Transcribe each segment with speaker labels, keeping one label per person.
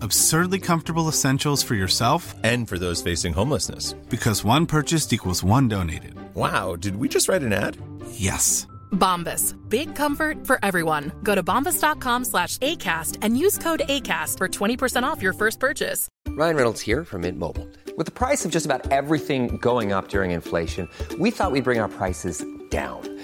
Speaker 1: Absurdly comfortable essentials for yourself
Speaker 2: And for those facing homelessness.
Speaker 1: because one purchased equals one donated.
Speaker 2: Wow, did we just write an ad?
Speaker 1: Yes.
Speaker 3: Bombas. Big comfort for everyone. Go to bombas.com slash ACAST and use code ACAST for 20% off your first purchase.
Speaker 4: Ryan Reynolds here from Mint Mobile. With the price of just about everything going up during inflation, we thought we'd bring our prices down.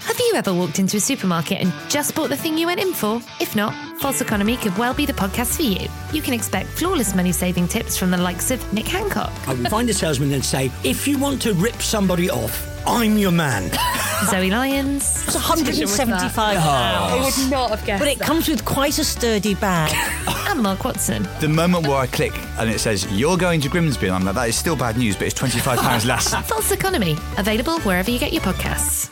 Speaker 5: Have you ever walked into a supermarket and just bought the thing you went in for? If not, False Economy could well be the podcast for you. You can expect flawless money saving tips from the likes of Nick Hancock,
Speaker 6: I would find a salesman and say, if you want to rip somebody off, I'm your man.
Speaker 5: Zoe Lyons.
Speaker 7: It's 175 pounds.
Speaker 3: would not have guessed
Speaker 7: But it comes with quite a sturdy bag.
Speaker 5: And Mark Watson.
Speaker 8: The moment where I click and it says, You're going to Grimsby, and I'm like, That is still bad news, but it's £25 less.
Speaker 5: False Economy, available wherever you get your podcasts.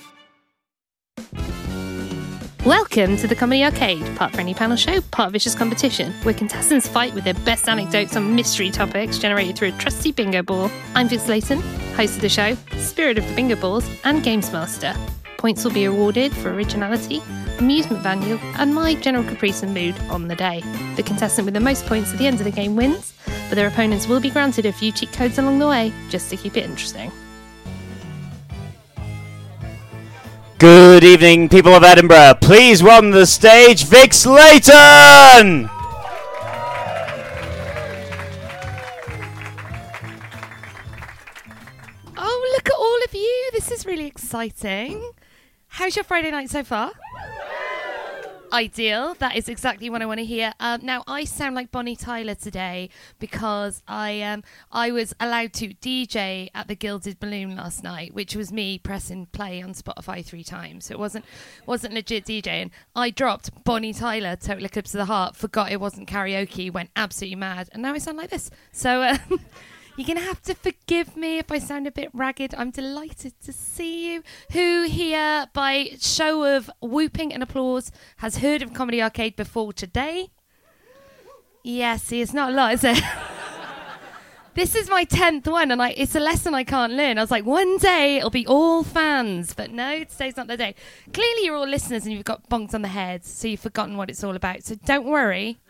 Speaker 5: Welcome to the Comedy Arcade, part friendly panel show, part vicious competition, where contestants fight with their best anecdotes on mystery topics generated through a trusty bingo ball. I'm Vic Slayton, host of the show, spirit of the bingo balls, and games master. Points will be awarded for originality, amusement value, and my general caprice and mood on the day. The contestant with the most points at the end of the game wins, but their opponents will be granted a few cheat codes along the way just to keep it interesting.
Speaker 9: Good evening, people of Edinburgh. Please welcome to the stage Vic Slayton!
Speaker 5: Oh, look at all of you. This is really exciting. How's your Friday night so far? Ideal. That is exactly what I want to hear. Um, now I sound like Bonnie Tyler today because I um, I was allowed to DJ at the Gilded Balloon last night, which was me pressing play on Spotify three times. It wasn't wasn't legit DJing. I dropped Bonnie Tyler, Total Eclipse of the Heart, forgot it wasn't karaoke, went absolutely mad, and now I sound like this. So. Um, You're going to have to forgive me if I sound a bit ragged. I'm delighted to see you. Who here, by show of whooping and applause, has heard of Comedy Arcade before today? Yeah, see, it's not a lot, is it? this is my 10th one, and I, it's a lesson I can't learn. I was like, one day it'll be all fans, but no, today's not the day. Clearly, you're all listeners and you've got bonks on the heads, so you've forgotten what it's all about. So don't worry.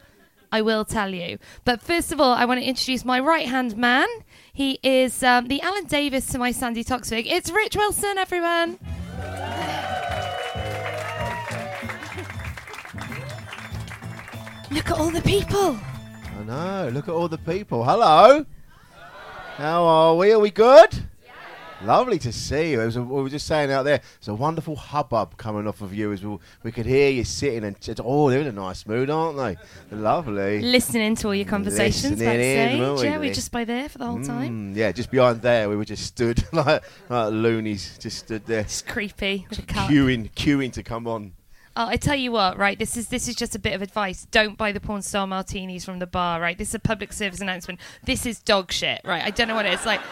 Speaker 5: I will tell you. But first of all, I want to introduce my right hand man. He is um, the Alan Davis to my Sandy Toxvig. It's Rich Wilson, everyone. Look at all the people.
Speaker 10: I know. Look at all the people. Hello. How are we? Are we good? Lovely to see you. It was a, we were just saying out there, it's a wonderful hubbub coming off of you as we, we could hear you sitting and just, oh, they're in a nice mood, aren't they? Lovely.
Speaker 5: Listening to all your conversations
Speaker 10: Listening in,
Speaker 5: backstage.
Speaker 10: weren't we,
Speaker 5: yeah, we're
Speaker 10: Liz?
Speaker 5: just by there for the whole time.
Speaker 10: Mm, yeah, just behind there, we were just stood like, like loonies, just stood there
Speaker 5: It's creepy with a cup.
Speaker 10: queuing, queuing to come on.
Speaker 5: Oh, I tell you what, right? This is this is just a bit of advice. Don't buy the porn star martinis from the bar, right? This is a public service announcement. This is dog shit, right? I don't know what it is like.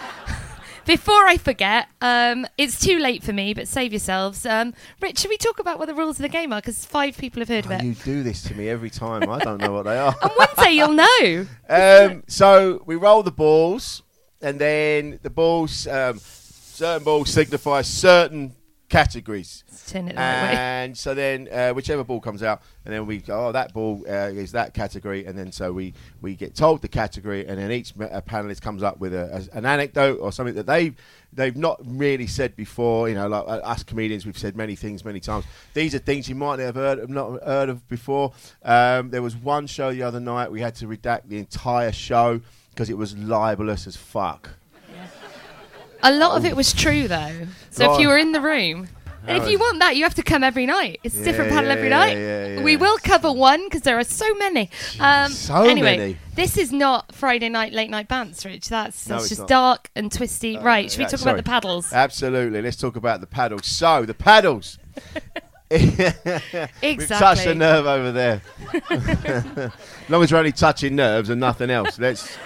Speaker 5: Before I forget, um, it's too late for me, but save yourselves. Um, Rich, should we talk about what the rules of the game are? Because five people have heard of
Speaker 10: Oh,
Speaker 5: it.
Speaker 10: you do this to me every time. I don't know what they are.
Speaker 5: On Wednesday, you'll know.
Speaker 10: Um, so we roll the balls, and then the balls, um, certain balls signify certain categories.
Speaker 5: Let's turn it the right way.
Speaker 10: And so then uh, whichever ball comes out, and then we go, oh, that ball uh, is that category. And then so we, we get told the category, and then each ma- uh, panelist comes up with a, a- an anecdote or something that they've, they've not really said before. You know, like uh, us comedians, we've said many things many times. These are things you might have heard, not heard of before. Um, there was one show the other night, we had to redact the entire show because it was libelous as fuck.
Speaker 5: A lot of it was true though. So if
Speaker 10: Right.
Speaker 5: you were in the room,
Speaker 10: Um, That
Speaker 5: and if you
Speaker 10: was-
Speaker 5: want that, you have to come every night. It's a different
Speaker 10: Yeah,
Speaker 5: panel
Speaker 10: yeah,
Speaker 5: every
Speaker 10: yeah,
Speaker 5: night.
Speaker 10: yeah, yeah.
Speaker 5: We will cover one because there are so many. Um,
Speaker 10: So
Speaker 5: anyway,
Speaker 10: many.
Speaker 5: this is not Friday night late night bands, Rich. That's,
Speaker 10: No,
Speaker 5: that's
Speaker 10: it's
Speaker 5: just
Speaker 10: not. Uh,
Speaker 5: dark and twisty. right? Should we
Speaker 10: Yeah,
Speaker 5: talk
Speaker 10: sorry.
Speaker 5: about the paddles?
Speaker 10: Absolutely. Let's talk about the paddles. So the paddles. We've touched
Speaker 5: Exactly.
Speaker 10: a nerve over there. as long as we're only touching nerves and nothing else. Let's.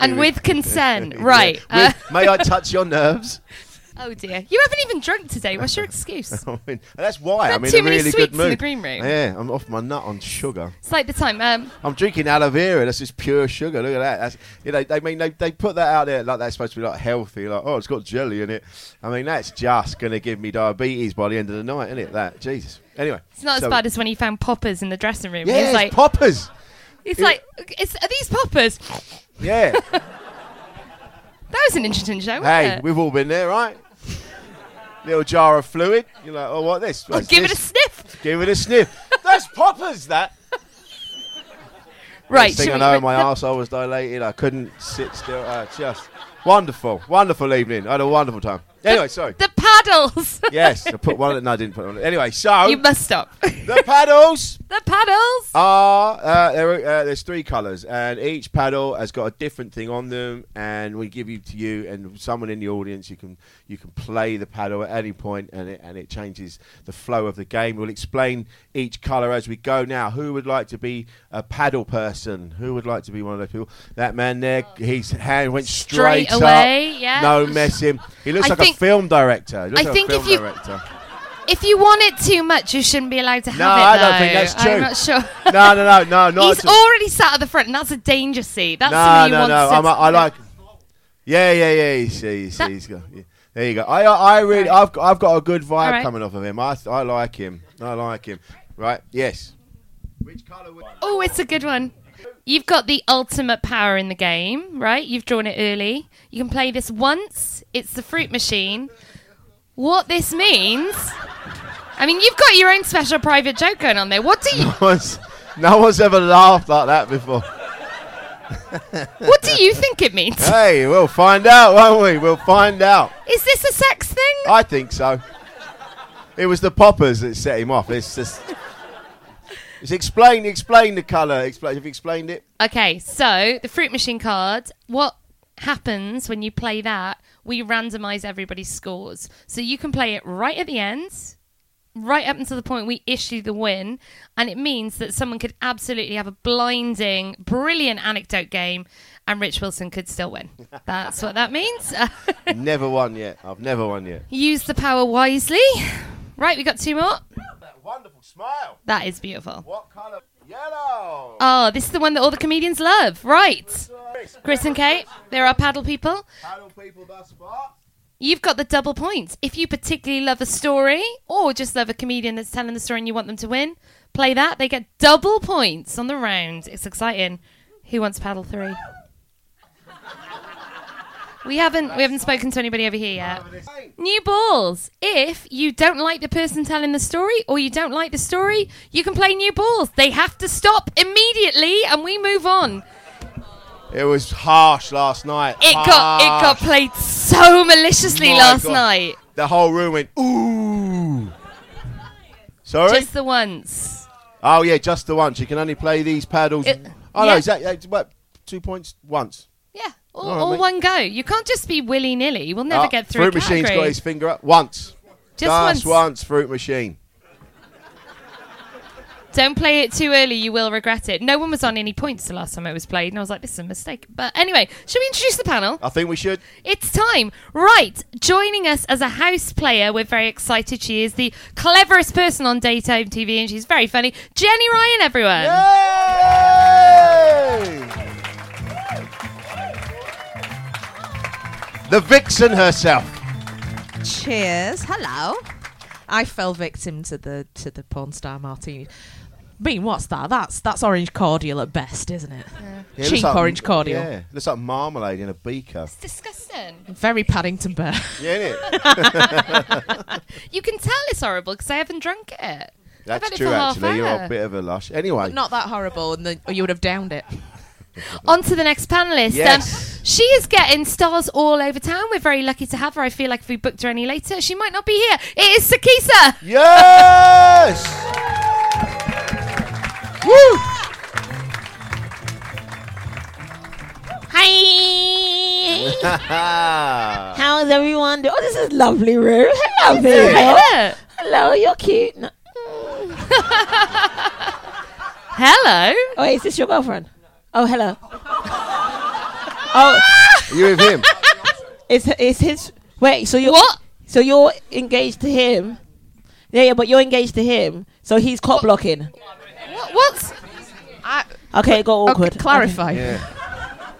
Speaker 5: And with consent, right?
Speaker 10: Yeah. With-
Speaker 5: uh,
Speaker 10: may I touch your nerves?
Speaker 5: oh dear, you haven't even drunk today. What's your excuse?
Speaker 10: I mean, that's why
Speaker 5: Had
Speaker 10: I'm in
Speaker 5: too
Speaker 10: a
Speaker 5: many
Speaker 10: really good
Speaker 5: sweets in
Speaker 10: mood.
Speaker 5: the green room.
Speaker 10: Yeah, I'm off my nut on sugar.
Speaker 5: It's like the time. Um,
Speaker 10: I'm drinking aloe vera. That's just pure sugar. Look at that. That's, you know, they mean they, they put that out there like that's supposed to be like healthy. Like, oh, it's got jelly in it. I mean, that's just going to give me diabetes by the end of the night, isn't it? That Jesus. Anyway,
Speaker 5: it's not
Speaker 10: so-
Speaker 5: as bad as when you found poppers in the dressing room.
Speaker 10: Yeah,
Speaker 5: it's
Speaker 10: it's
Speaker 5: like
Speaker 10: poppers.
Speaker 5: It's
Speaker 10: It-
Speaker 5: like, it's, are these poppers?
Speaker 10: Yeah.
Speaker 5: That was an interesting show, wasn't
Speaker 10: hey,
Speaker 5: it?
Speaker 10: we've all been there, right? Little jar of fluid. You're like, oh, what this? What's
Speaker 5: give it
Speaker 10: this?
Speaker 5: a sniff.
Speaker 10: Give it a sniff. That's poppers. That.
Speaker 5: Right,
Speaker 10: Next thing
Speaker 5: shall
Speaker 10: I
Speaker 5: we
Speaker 10: know,
Speaker 5: re-
Speaker 10: my
Speaker 5: the-
Speaker 10: arsehole was dilated. I couldn't sit still. Uh, just wonderful, wonderful evening. I had a wonderful time. Anyway, sorry.
Speaker 5: The paddles.
Speaker 10: yes, I put one. No, I didn't put one. Anyway, so
Speaker 5: You must stop.
Speaker 10: Oh. the paddles
Speaker 5: The paddles.
Speaker 10: are uh, there are, uh, there's three colours, and each paddle has got a different thing on them, and we give you to you and someone in the audience. You can you can play the paddle at any point, and it, and it changes the flow of the game. We'll explain each colour as we go. Now, who would like to be a paddle person? Who would like to be one of those people? That man there, his hand went straight,
Speaker 5: Straight away,
Speaker 10: up.
Speaker 5: yeah.
Speaker 10: No messing. He looks
Speaker 5: I
Speaker 10: like
Speaker 5: think-
Speaker 10: a film director. He looks
Speaker 5: I
Speaker 10: like
Speaker 5: think
Speaker 10: a
Speaker 5: if
Speaker 10: film
Speaker 5: you-
Speaker 10: director.
Speaker 5: If you want it too much, you shouldn't be allowed to have
Speaker 10: No,
Speaker 5: it.
Speaker 10: I don't think
Speaker 5: though.
Speaker 10: that's true.
Speaker 5: I'm not sure.
Speaker 10: no, no, no, no, not
Speaker 5: He's
Speaker 10: at all.
Speaker 5: already sat at the front, and that's a danger seat. That's
Speaker 10: no,
Speaker 5: something you
Speaker 10: no,
Speaker 5: want
Speaker 10: no.
Speaker 5: to.
Speaker 10: I'm, I like. Yeah, yeah, yeah. You see, you see, he's got. yeah. There you go. I, I I really, I've, got, I've got a good vibe
Speaker 5: Alright.
Speaker 10: coming off of him. I, I like him. I like him. Right? Yes.
Speaker 5: Oh, it's a good one. You've got the ultimate power in the game, right? You've drawn it early. You can play this once. It's the fruit machine. What this means? I mean, you've got your own special private joke going on there. What do you?
Speaker 10: No one's, no one's ever laughed like that before.
Speaker 5: What do you think it means?
Speaker 10: hey, we'll find out, won't we? We'll find out.
Speaker 5: Is this a sex thing?
Speaker 10: I think so. It was the poppers that set him off. It's just. It's explain, explain the colour. Explain. Have you explained it?
Speaker 5: Okay, so the fruit machine card, what happens when you play that? We randomize everybody's scores. So you can play it right at the end, right up until the point we issue the win. And it means that someone could absolutely have a blinding, brilliant anecdote game, and Rich Wilson could still win. That's what that means.
Speaker 10: never won yet. I've never won yet.
Speaker 5: Use the power wisely. Right, we got two more.
Speaker 10: That wonderful smile.
Speaker 5: That is beautiful.
Speaker 10: What colour? Yellow.
Speaker 5: Oh, this is the one that all the comedians love. Right. Chris and Kate, there are paddle people.
Speaker 10: Paddle people thus far.
Speaker 5: You've got the double points. If you particularly love a story or just love a comedian that's telling the story and you want them to win, play that. They get double points on the round. It's exciting. Who wants paddle three? We haven't we haven't spoken to anybody over here yet. New balls. If you don't like the person telling the story or you don't like the story, you can play new balls. They have to stop immediately and we move on.
Speaker 10: It was harsh last night.
Speaker 5: It got it got played so maliciously
Speaker 10: Ah. My
Speaker 5: last
Speaker 10: God.
Speaker 5: night.
Speaker 10: The whole room went ooh. Sorry.
Speaker 5: Just the once.
Speaker 10: oh yeah, just the once. You can only play these paddles.
Speaker 5: It-
Speaker 10: oh
Speaker 5: yeah.
Speaker 10: no, is that uh, what, two points once?
Speaker 5: Yeah, all,
Speaker 10: All right,
Speaker 5: all
Speaker 10: mate.
Speaker 5: one go. You can't just be willy nilly. We'll never
Speaker 10: Ah,
Speaker 5: get through. a
Speaker 10: Fruit machine's
Speaker 5: category.
Speaker 10: got his finger up once.
Speaker 5: Just once.
Speaker 10: Fruit machine.
Speaker 5: Don't play it too early. You will regret it. No one was on any points the last time it was played, and I was like, "This is a mistake." But anyway, shall we introduce the panel?
Speaker 10: I think we should.
Speaker 5: It's time. Right. Joining us as a house player, we're very excited. She is the cleverest person on daytime TV, and she's very funny. Jenny Ryan, everyone.
Speaker 10: The vixen herself.
Speaker 3: Cheers. Hello. I fell victim to the to the porn star martini. mean, what's that? That's that's orange cordial at best, isn't it?
Speaker 10: Yeah, it looks
Speaker 3: Cheap
Speaker 10: like-
Speaker 3: orange cordial.
Speaker 10: Yeah, looks like marmalade in a beaker.
Speaker 5: Disgusting.
Speaker 3: Very Paddington Bear.
Speaker 10: Yeah, innit?
Speaker 5: You can tell it's horrible because I haven't drunk it. I've had
Speaker 10: That's
Speaker 5: it
Speaker 10: true, eh?
Speaker 5: for half
Speaker 10: actually. You're
Speaker 5: hour.
Speaker 10: a bit of a lush. Anyway,
Speaker 3: Not that horrible, and then you would have downed it.
Speaker 5: On to the next panelist.
Speaker 10: Yes.
Speaker 5: She is getting stars all over town. We're very lucky to have her. I feel like if we booked her any later, she might not be here. It is Sakisa.
Speaker 10: Yes!
Speaker 5: Woo! Hi.
Speaker 11: How's everyone doing? Oh, this is lovely room. Hello,
Speaker 3: It's all
Speaker 11: people.
Speaker 3: right.
Speaker 11: Hello, you're cute. No-
Speaker 5: hello.
Speaker 11: Oh, wait, is this your girlfriend? Oh, hello. oh,
Speaker 10: you with him?
Speaker 11: It's it's his. Wait, so you're
Speaker 5: What?
Speaker 11: So you're engaged to him? Yeah, yeah, but you're engaged to him, so he's cop blocking.
Speaker 5: What, what's. I,
Speaker 11: Okay, it got awkward.
Speaker 3: clarify.
Speaker 10: Yeah.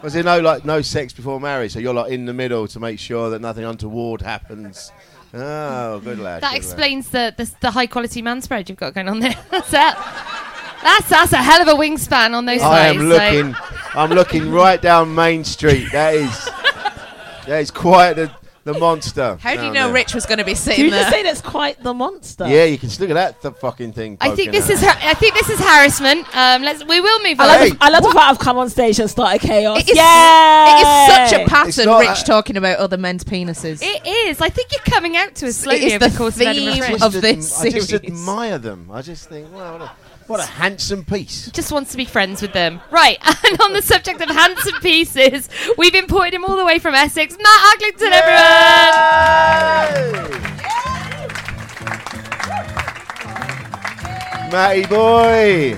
Speaker 10: Was there no like no sex before marriage? So you're like in the middle to make sure that nothing untoward happens. Oh, good lad.
Speaker 5: that
Speaker 10: good
Speaker 5: explains the, the, the high quality man spread you've got going on there. That's it. That's, that's a hell of a wingspan on those
Speaker 10: Lad. I
Speaker 5: thighs,
Speaker 10: am
Speaker 5: so-
Speaker 10: looking. I'm looking right down Main Street. That is. That is quite the, the monster.
Speaker 3: How do you
Speaker 10: down
Speaker 3: know
Speaker 10: there.
Speaker 3: Rich was going to be
Speaker 11: Did
Speaker 3: sitting
Speaker 11: you
Speaker 3: there?
Speaker 11: just say that's quite the monster?
Speaker 10: Yeah, you can just look at that th- fucking thing.
Speaker 5: I
Speaker 10: poking
Speaker 5: think this
Speaker 10: out.
Speaker 5: is har- I think this is harassment. Um, let's we will move
Speaker 11: I
Speaker 5: on.
Speaker 11: love, the, I love the fact I've come on stage and started chaos.
Speaker 3: It is,
Speaker 11: yeah,
Speaker 3: it is such a pattern,
Speaker 11: not
Speaker 3: Rich
Speaker 11: a-
Speaker 3: talking about other men's penises.
Speaker 5: It is. I think you're coming out to us slowly
Speaker 3: It is
Speaker 5: over
Speaker 3: the
Speaker 5: the course of,
Speaker 3: theme
Speaker 5: Edinburgh Fringe.
Speaker 3: of
Speaker 10: Just
Speaker 3: this
Speaker 10: adm- I just
Speaker 3: series.
Speaker 10: admire them. I just think, wow, what a, what a handsome piece.
Speaker 5: Just wants to be friends with them. Right, and on the subject of handsome pieces, we've imported him all the way from Essex, Matt Aglinton,
Speaker 10: Matty boy.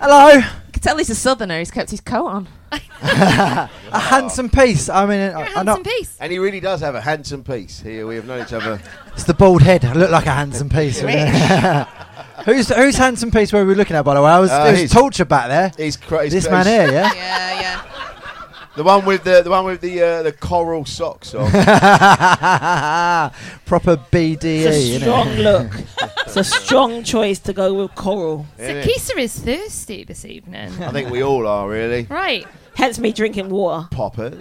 Speaker 1: Hello. You
Speaker 3: can tell he's a southerner. He's kept his coat on.
Speaker 1: a handsome piece. I mean, I, I know,
Speaker 5: piece.
Speaker 10: And he really does have a handsome piece. Here we have known each other.
Speaker 1: it's the bald head. I look like a handsome piece.
Speaker 10: Rich.
Speaker 1: who's who's handsome piece? Where we looking at? By the way, I was,
Speaker 10: Uh,
Speaker 1: it was
Speaker 10: he's-
Speaker 1: torture back there.
Speaker 10: He's cra- he's
Speaker 1: this
Speaker 10: close.
Speaker 1: man here, yeah.
Speaker 3: yeah, yeah.
Speaker 10: The one with the the one with the uh, the coral socks on.
Speaker 1: Proper BDE.
Speaker 11: It's a
Speaker 1: innit?
Speaker 11: strong look. it's a strong choice to go with coral.
Speaker 10: Innit?
Speaker 5: Kisa is thirsty this evening.
Speaker 10: I think we all are really.
Speaker 5: Right,
Speaker 11: Hence me drinking water.
Speaker 10: Poppers.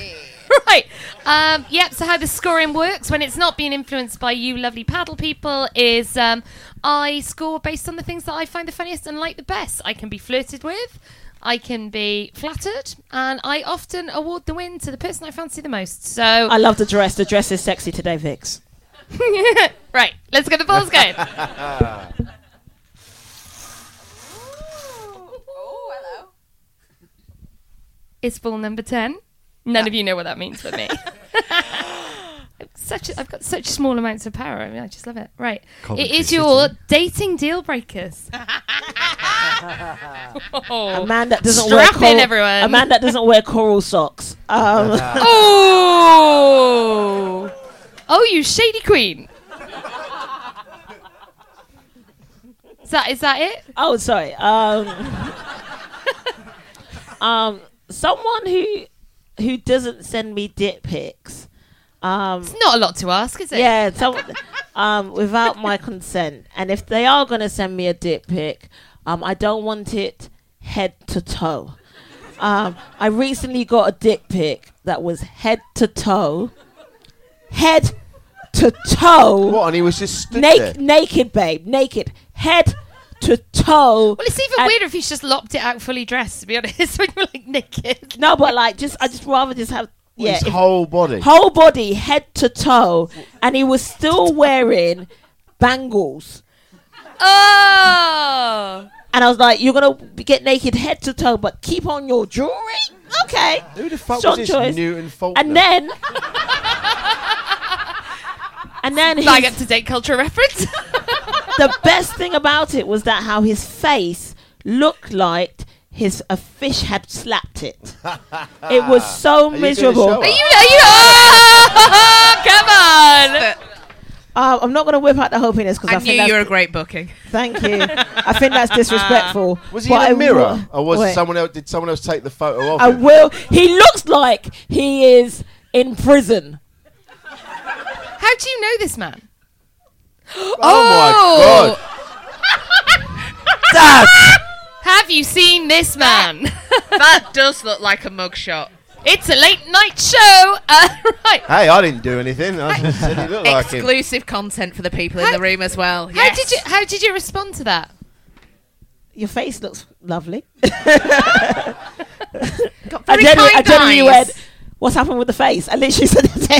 Speaker 5: right. Um, yep. So how the scoring works when it's not being influenced by you, lovely paddle people, is um, I score based on the things that I find the funniest and like the best. I can be flirted with. I can be flattered, and I often award the win to the person I fancy the most. So
Speaker 11: I love the dress. The dress is sexy today, Vix.
Speaker 5: right, let's get the balls going. It's ball number ten. None of you know what that means for me. such a, I've got such small amounts of power. I mean, I just love it. Right,
Speaker 11: Coventry
Speaker 5: it is your dating deal breakers.
Speaker 11: A man that doesn't
Speaker 5: Strap
Speaker 11: wear
Speaker 5: in,
Speaker 11: coral,
Speaker 5: everyone.
Speaker 11: A man that doesn't wear coral socks. Um,
Speaker 5: oh, oh, you shady queen. Is that is that it?
Speaker 11: Oh, sorry. Um, um, someone who who doesn't send me dick pics. Um, it's
Speaker 5: not a lot to ask, is it?
Speaker 11: Yeah, some, um, without my consent. And if they are going to send me a dick pic, um, I don't want it head to toe. Um, I recently got a dick pic that was head to toe, head to toe.
Speaker 10: What? And he was just stood
Speaker 11: Nak-
Speaker 10: there?
Speaker 11: naked, babe, naked, head to toe.
Speaker 5: Well, it's even
Speaker 11: And-
Speaker 5: weirder if he's just lopped it out fully dressed. To be honest, when you're like naked.
Speaker 11: No, but like, just I just rather just have
Speaker 10: Well,
Speaker 11: yeah,
Speaker 10: his
Speaker 11: if-
Speaker 10: whole body.
Speaker 11: whole body, head to toe, and he was still wearing bangles.
Speaker 5: Oh.
Speaker 11: And I was like, "You're gonna b- get naked head to toe, but keep on your jewelry, okay?"
Speaker 10: Who the fuck was
Speaker 11: Strong
Speaker 10: this
Speaker 11: choice.
Speaker 10: Newton Faulkner?
Speaker 11: And then, and then
Speaker 5: Flag
Speaker 11: his-
Speaker 5: up to date culture reference.
Speaker 11: the best thing about it was that how his face looked like his a fish had slapped it. It was so
Speaker 5: Are you gonna
Speaker 11: miserable.
Speaker 5: show Are you- us? are you- Oh, come on!
Speaker 11: Uh, I'm not going to whip out the hopiness because I,
Speaker 3: I
Speaker 11: think
Speaker 3: knew
Speaker 11: that's-
Speaker 3: you were a great booking.
Speaker 11: Thank you. I think that's disrespectful.
Speaker 10: Was he in
Speaker 11: But I
Speaker 10: a mirror,
Speaker 11: wa-
Speaker 10: or was
Speaker 11: Wait.
Speaker 10: someone else? Did someone else take the photo of
Speaker 11: I
Speaker 10: him?
Speaker 11: will. He looks like he is in prison.
Speaker 5: How do you know this man?
Speaker 10: Oh, my god!
Speaker 5: Oh! Have you seen this man?
Speaker 3: that does look like a mugshot.
Speaker 5: It's a late night show. Uh, right.
Speaker 10: Hey, I didn't do anything. I just said he looked like him.
Speaker 3: Exclusive content for the people in the room as well.
Speaker 5: How did you How did you respond to that?
Speaker 11: Your face looks lovely. I
Speaker 3: very
Speaker 11: genuinely, I
Speaker 3: kind
Speaker 11: genuinely
Speaker 3: eyes.
Speaker 11: went, what's happened with the face? I literally said it to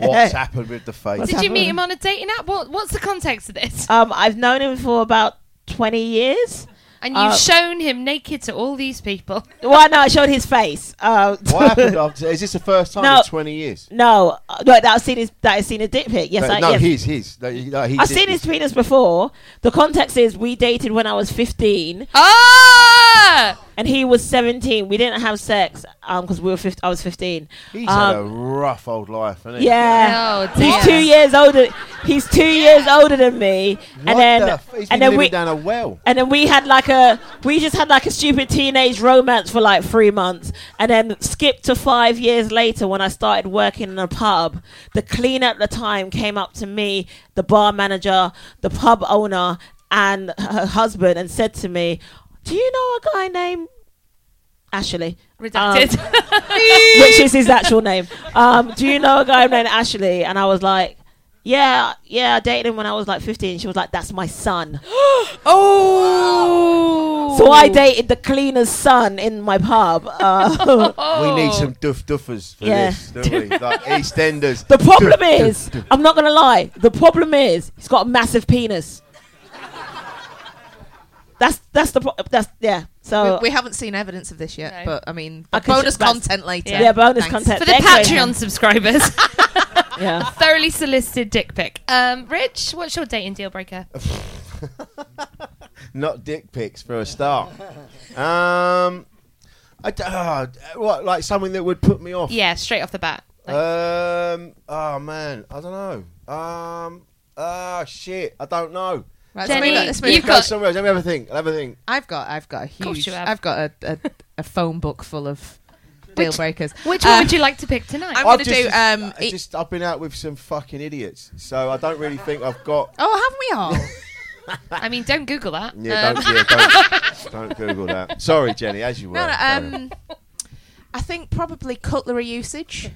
Speaker 11: him.
Speaker 10: What's happened with the face?
Speaker 11: What's
Speaker 5: Did you
Speaker 3: Oh,
Speaker 11: happened?
Speaker 5: meet him on a dating app? What, what's the context of this?
Speaker 11: Um, I've known him for about 20 years.
Speaker 5: And you've
Speaker 11: Uh,
Speaker 5: shown him naked to all these people.
Speaker 11: Well, no, I showed his face. Uh,
Speaker 10: What happened after? Is this the first time
Speaker 11: No.
Speaker 10: in 20 years?
Speaker 11: No, uh, no, that I've seen his, that I've seen a dick pic. Yes,
Speaker 10: no,
Speaker 11: I
Speaker 10: no,
Speaker 11: yes.
Speaker 10: his, his. No, you- no, he
Speaker 11: I've
Speaker 10: did
Speaker 11: seen
Speaker 10: this.
Speaker 11: his penis before. The context is we dated when I was 15.
Speaker 5: Ah!
Speaker 11: And he was 17. We didn't have sex um because we were 15, I was 15.
Speaker 10: He's had a
Speaker 11: um,
Speaker 10: rough old life, hasn't he?
Speaker 11: yeah, he's two years older. He's two years older than me,
Speaker 10: What
Speaker 11: and then
Speaker 10: the f- he's been
Speaker 11: and then
Speaker 10: living
Speaker 11: we
Speaker 10: down a well.
Speaker 11: and then we had like a we just had like a stupid teenage romance for like three months and then skipped to five years later when i started working in a pub the cleaner at the time came up to me the bar manager the pub owner and her husband and said to me do you know a guy named Ashley.
Speaker 5: Redacted.
Speaker 11: Um, which is his actual name. Um, do you know a guy named Ashley? And I was like, yeah, yeah, I dated him when I was like 15. She was like, that's my son. oh! So I dated the cleaner's son in my pub. Uh,
Speaker 10: We need some duff duffers for
Speaker 11: Yeah.
Speaker 10: this, don't we? Like EastEnders.
Speaker 11: The problem is, I'm not going to lie, the problem is, he's got a massive penis. That's that's the pro- that's yeah. So
Speaker 3: we, we haven't seen evidence of this yet, but I mean,
Speaker 11: Oh. I can
Speaker 3: bonus
Speaker 11: just- that's-
Speaker 3: content later.
Speaker 11: yeah, bonus content.
Speaker 5: For the
Speaker 11: Thanks,
Speaker 5: Patreon
Speaker 11: Graham.
Speaker 5: subscribers.
Speaker 11: Yeah.
Speaker 5: Thoroughly solicited dick pic. Um, Rich, what's your dating deal breaker?
Speaker 10: Not dick pics for a start. Um, I d- ah, d- what, like something that would put me off?
Speaker 5: yeah, straight off the bat.
Speaker 1: Uh,
Speaker 10: Um, oh man, I don't know. Um, ah shit, I don't know.
Speaker 3: Right, let's Jenny, move on, let's move
Speaker 10: Let's
Speaker 3: on.
Speaker 10: go
Speaker 3: got-
Speaker 10: somewhere else. Let me have a think. Let me have a think.
Speaker 3: I've got, I've got a huge,
Speaker 5: you have.
Speaker 3: I've got a, a, a phone book full of deal breakers.
Speaker 5: Which one
Speaker 3: Uh,
Speaker 5: would you like to pick tonight?
Speaker 3: I'm going to
Speaker 10: I've
Speaker 3: do.
Speaker 10: just-
Speaker 3: Um,
Speaker 10: I just I've been out with some fucking idiots, so I don't really think I've got.
Speaker 3: oh, haven't we all?
Speaker 5: I mean, don't Google that.
Speaker 10: Yeah,
Speaker 5: Um,
Speaker 10: don't, yeah, don't, don't Google that. Sorry, Jenny, as you were.
Speaker 3: No, no,
Speaker 10: Carry on.
Speaker 3: um, I think probably cutlery usage.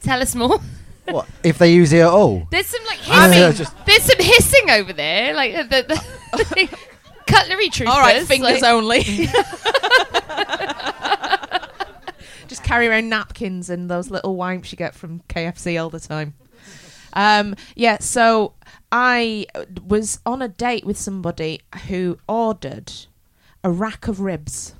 Speaker 5: Tell us more.
Speaker 10: What?
Speaker 1: If they use it at all.
Speaker 5: There's some like
Speaker 1: I mean,
Speaker 5: hissing.
Speaker 1: I just-
Speaker 5: There's some hissing over there, like uh, the, the, cutlery troopers.
Speaker 3: All right, fingers
Speaker 5: like-
Speaker 3: only. Just carry around napkins and those little wipes you get from KFC all the time. Um, yeah, so I was on a date with somebody who ordered a rack of ribs.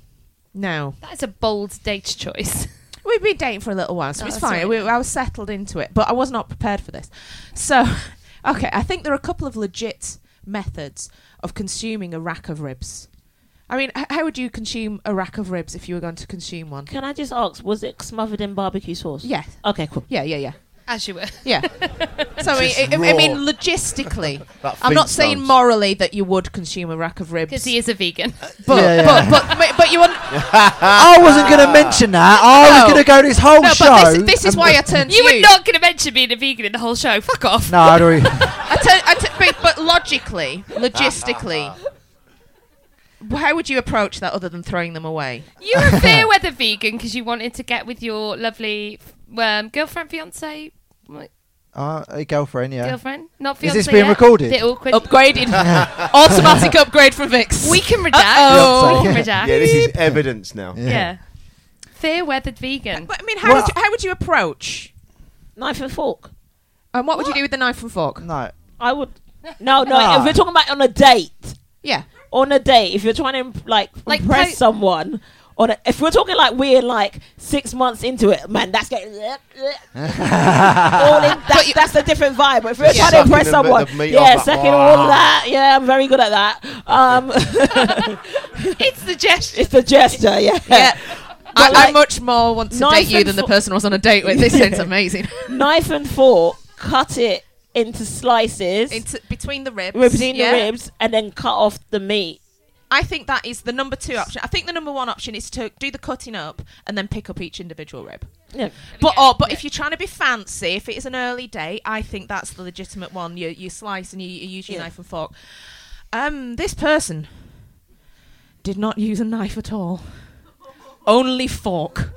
Speaker 3: Now,
Speaker 5: That's a bold date choice.
Speaker 3: We'd been dating for a little while, so
Speaker 5: Oh,
Speaker 3: it's
Speaker 5: that's
Speaker 3: fine.
Speaker 5: all
Speaker 3: We, I was settled into it, but I was not prepared for this. So, okay, I think there are a couple of legit methods of consuming a rack of ribs. I mean, h- how would you consume a rack of ribs if you were going to consume one?
Speaker 11: Can I just ask, was it smothered in barbecue sauce?
Speaker 3: Yes.
Speaker 11: Okay, cool.
Speaker 3: Yeah, yeah, yeah.
Speaker 5: As you were.
Speaker 3: Yeah. So, I,
Speaker 11: Just
Speaker 3: I, I mean,
Speaker 11: raw.
Speaker 3: logistically,
Speaker 11: That
Speaker 3: I'm not
Speaker 11: feast
Speaker 3: saying
Speaker 11: sounds-
Speaker 3: morally that you would consume a rack of ribs.
Speaker 5: Because he is a vegan.
Speaker 3: But,
Speaker 1: Yeah, yeah.
Speaker 3: but, but, but, but you want.
Speaker 1: I wasn't going to mention that. I was
Speaker 3: No.
Speaker 1: going to go this whole
Speaker 3: No,
Speaker 1: show.
Speaker 3: but this, this is
Speaker 1: and-
Speaker 3: why I turned to
Speaker 5: you
Speaker 3: you.
Speaker 5: were not going to mention being a vegan in the whole show. Fuck off.
Speaker 1: No, I don't.
Speaker 3: I t- I t- but, but logically, logistically, how would you approach that other than throwing them away?
Speaker 5: You were a fair weather vegan because you wanted to get with your lovely um, girlfriend, fiance, what,
Speaker 1: Uh, a girlfriend, yeah.
Speaker 5: girlfriend, not
Speaker 1: Is
Speaker 5: fiance.
Speaker 1: this being
Speaker 5: yet.
Speaker 1: recorded?
Speaker 5: Bit awkward.
Speaker 3: Upgraded. Automatic upgrade for Oh. Vix.
Speaker 5: We can redact.
Speaker 3: Uh-oh.
Speaker 5: We can redact.
Speaker 10: yeah, this is evidence now.
Speaker 5: Yeah. Fair weathered vegan.
Speaker 3: But I mean, how, would you, how would you approach?
Speaker 11: Knife and fork.
Speaker 3: And what, would you do with the knife and fork?
Speaker 1: No.
Speaker 11: I would. No, no.
Speaker 3: Ah.
Speaker 11: If we're talking about on a date,
Speaker 3: yeah,
Speaker 11: on a date. If you're trying to imp- like,
Speaker 5: Like
Speaker 11: impress
Speaker 5: po-
Speaker 11: someone, on a, if we're talking like we're like six months into it, man, that's getting all in, that's, that's a different vibe. But if we're
Speaker 1: Just
Speaker 11: trying to
Speaker 1: sucking
Speaker 11: impress
Speaker 1: the-
Speaker 11: someone,
Speaker 1: the meat
Speaker 11: yeah,
Speaker 1: off, like,
Speaker 11: sucking all
Speaker 1: "Wah."
Speaker 11: of that. Yeah, I'm very good at that. Um,
Speaker 5: it's the gesture.
Speaker 11: It's the gesture. Yeah.
Speaker 3: Yeah. I,
Speaker 11: But
Speaker 3: I
Speaker 11: like-
Speaker 3: much more want to
Speaker 11: Knife
Speaker 3: date you
Speaker 11: and
Speaker 3: than the
Speaker 11: fo-
Speaker 3: person I was on a date with. This sounds amazing.
Speaker 11: Knife and fork. Cut it into slices.
Speaker 3: Into, between the ribs.
Speaker 11: between
Speaker 3: yeah.
Speaker 11: the ribs and then cut off the meat.
Speaker 3: I think that is the number two option. I think the number one option is to do the cutting up and then pick up each individual rib.
Speaker 11: Yeah.
Speaker 3: But oh, but if you're trying to be fancy, if it is an early date, I think that's the legitimate one. You you slice and you, you use your
Speaker 11: Yeah.
Speaker 3: knife and fork. Um, this person did not use a knife at all. Only fork.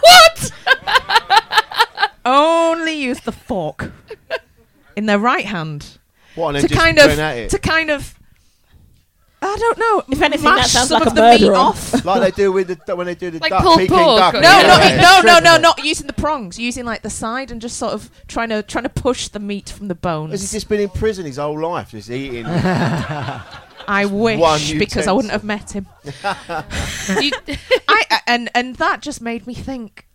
Speaker 3: what? Only used the fork in their right hand
Speaker 10: What, and then
Speaker 3: to
Speaker 10: just
Speaker 3: kind of
Speaker 10: went at it?
Speaker 3: to kind of I don't know.
Speaker 11: Oh, If anything,
Speaker 3: mash
Speaker 11: that sounds
Speaker 3: some
Speaker 11: like
Speaker 3: of
Speaker 11: a
Speaker 3: the meat
Speaker 11: murderer.
Speaker 3: off.
Speaker 10: like they do with the when they do the
Speaker 3: Like
Speaker 10: duck,
Speaker 3: pulled
Speaker 10: Peking
Speaker 3: pork
Speaker 10: duck.
Speaker 3: No,
Speaker 10: yeah.
Speaker 3: no,
Speaker 10: Yeah.
Speaker 3: no, no, no,
Speaker 10: Shredded.
Speaker 3: not using the prongs. Using like the side and just sort of trying to trying to push the meat from the bones.
Speaker 10: Has he just been in prison his whole life, just eating?
Speaker 3: I
Speaker 10: One
Speaker 3: wish because I wouldn't have
Speaker 10: utensil.
Speaker 3: met him. I, I- and and that just made me think.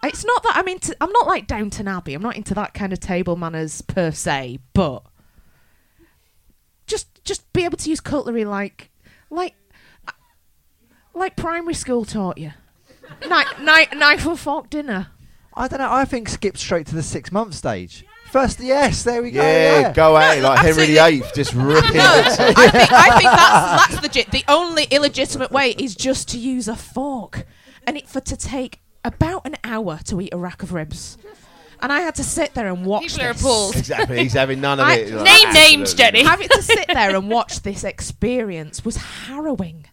Speaker 3: It's not that I'm into. I'm not like Downton Abbey. I'm not into that kind of table manners per se. But just just be able to use cutlery like like like primary school taught you. knife, knife, knife and fork dinner.
Speaker 1: I don't know. I think skip straight to the six month stage. First, yes, there we go.
Speaker 10: Yeah, go at it like Henry VIII, just ripping. it.
Speaker 3: I think I think that's that's legit. The only illegitimate way is just to use a fork, and it for to take about an hour to eat a rack of ribs, and I had to sit there and watch.
Speaker 5: People are
Speaker 3: this.
Speaker 5: appalled.
Speaker 10: Exactly, he's having none of
Speaker 3: I-
Speaker 10: it. Like, absolutely.
Speaker 3: Having to sit there and watch this experience was harrowing,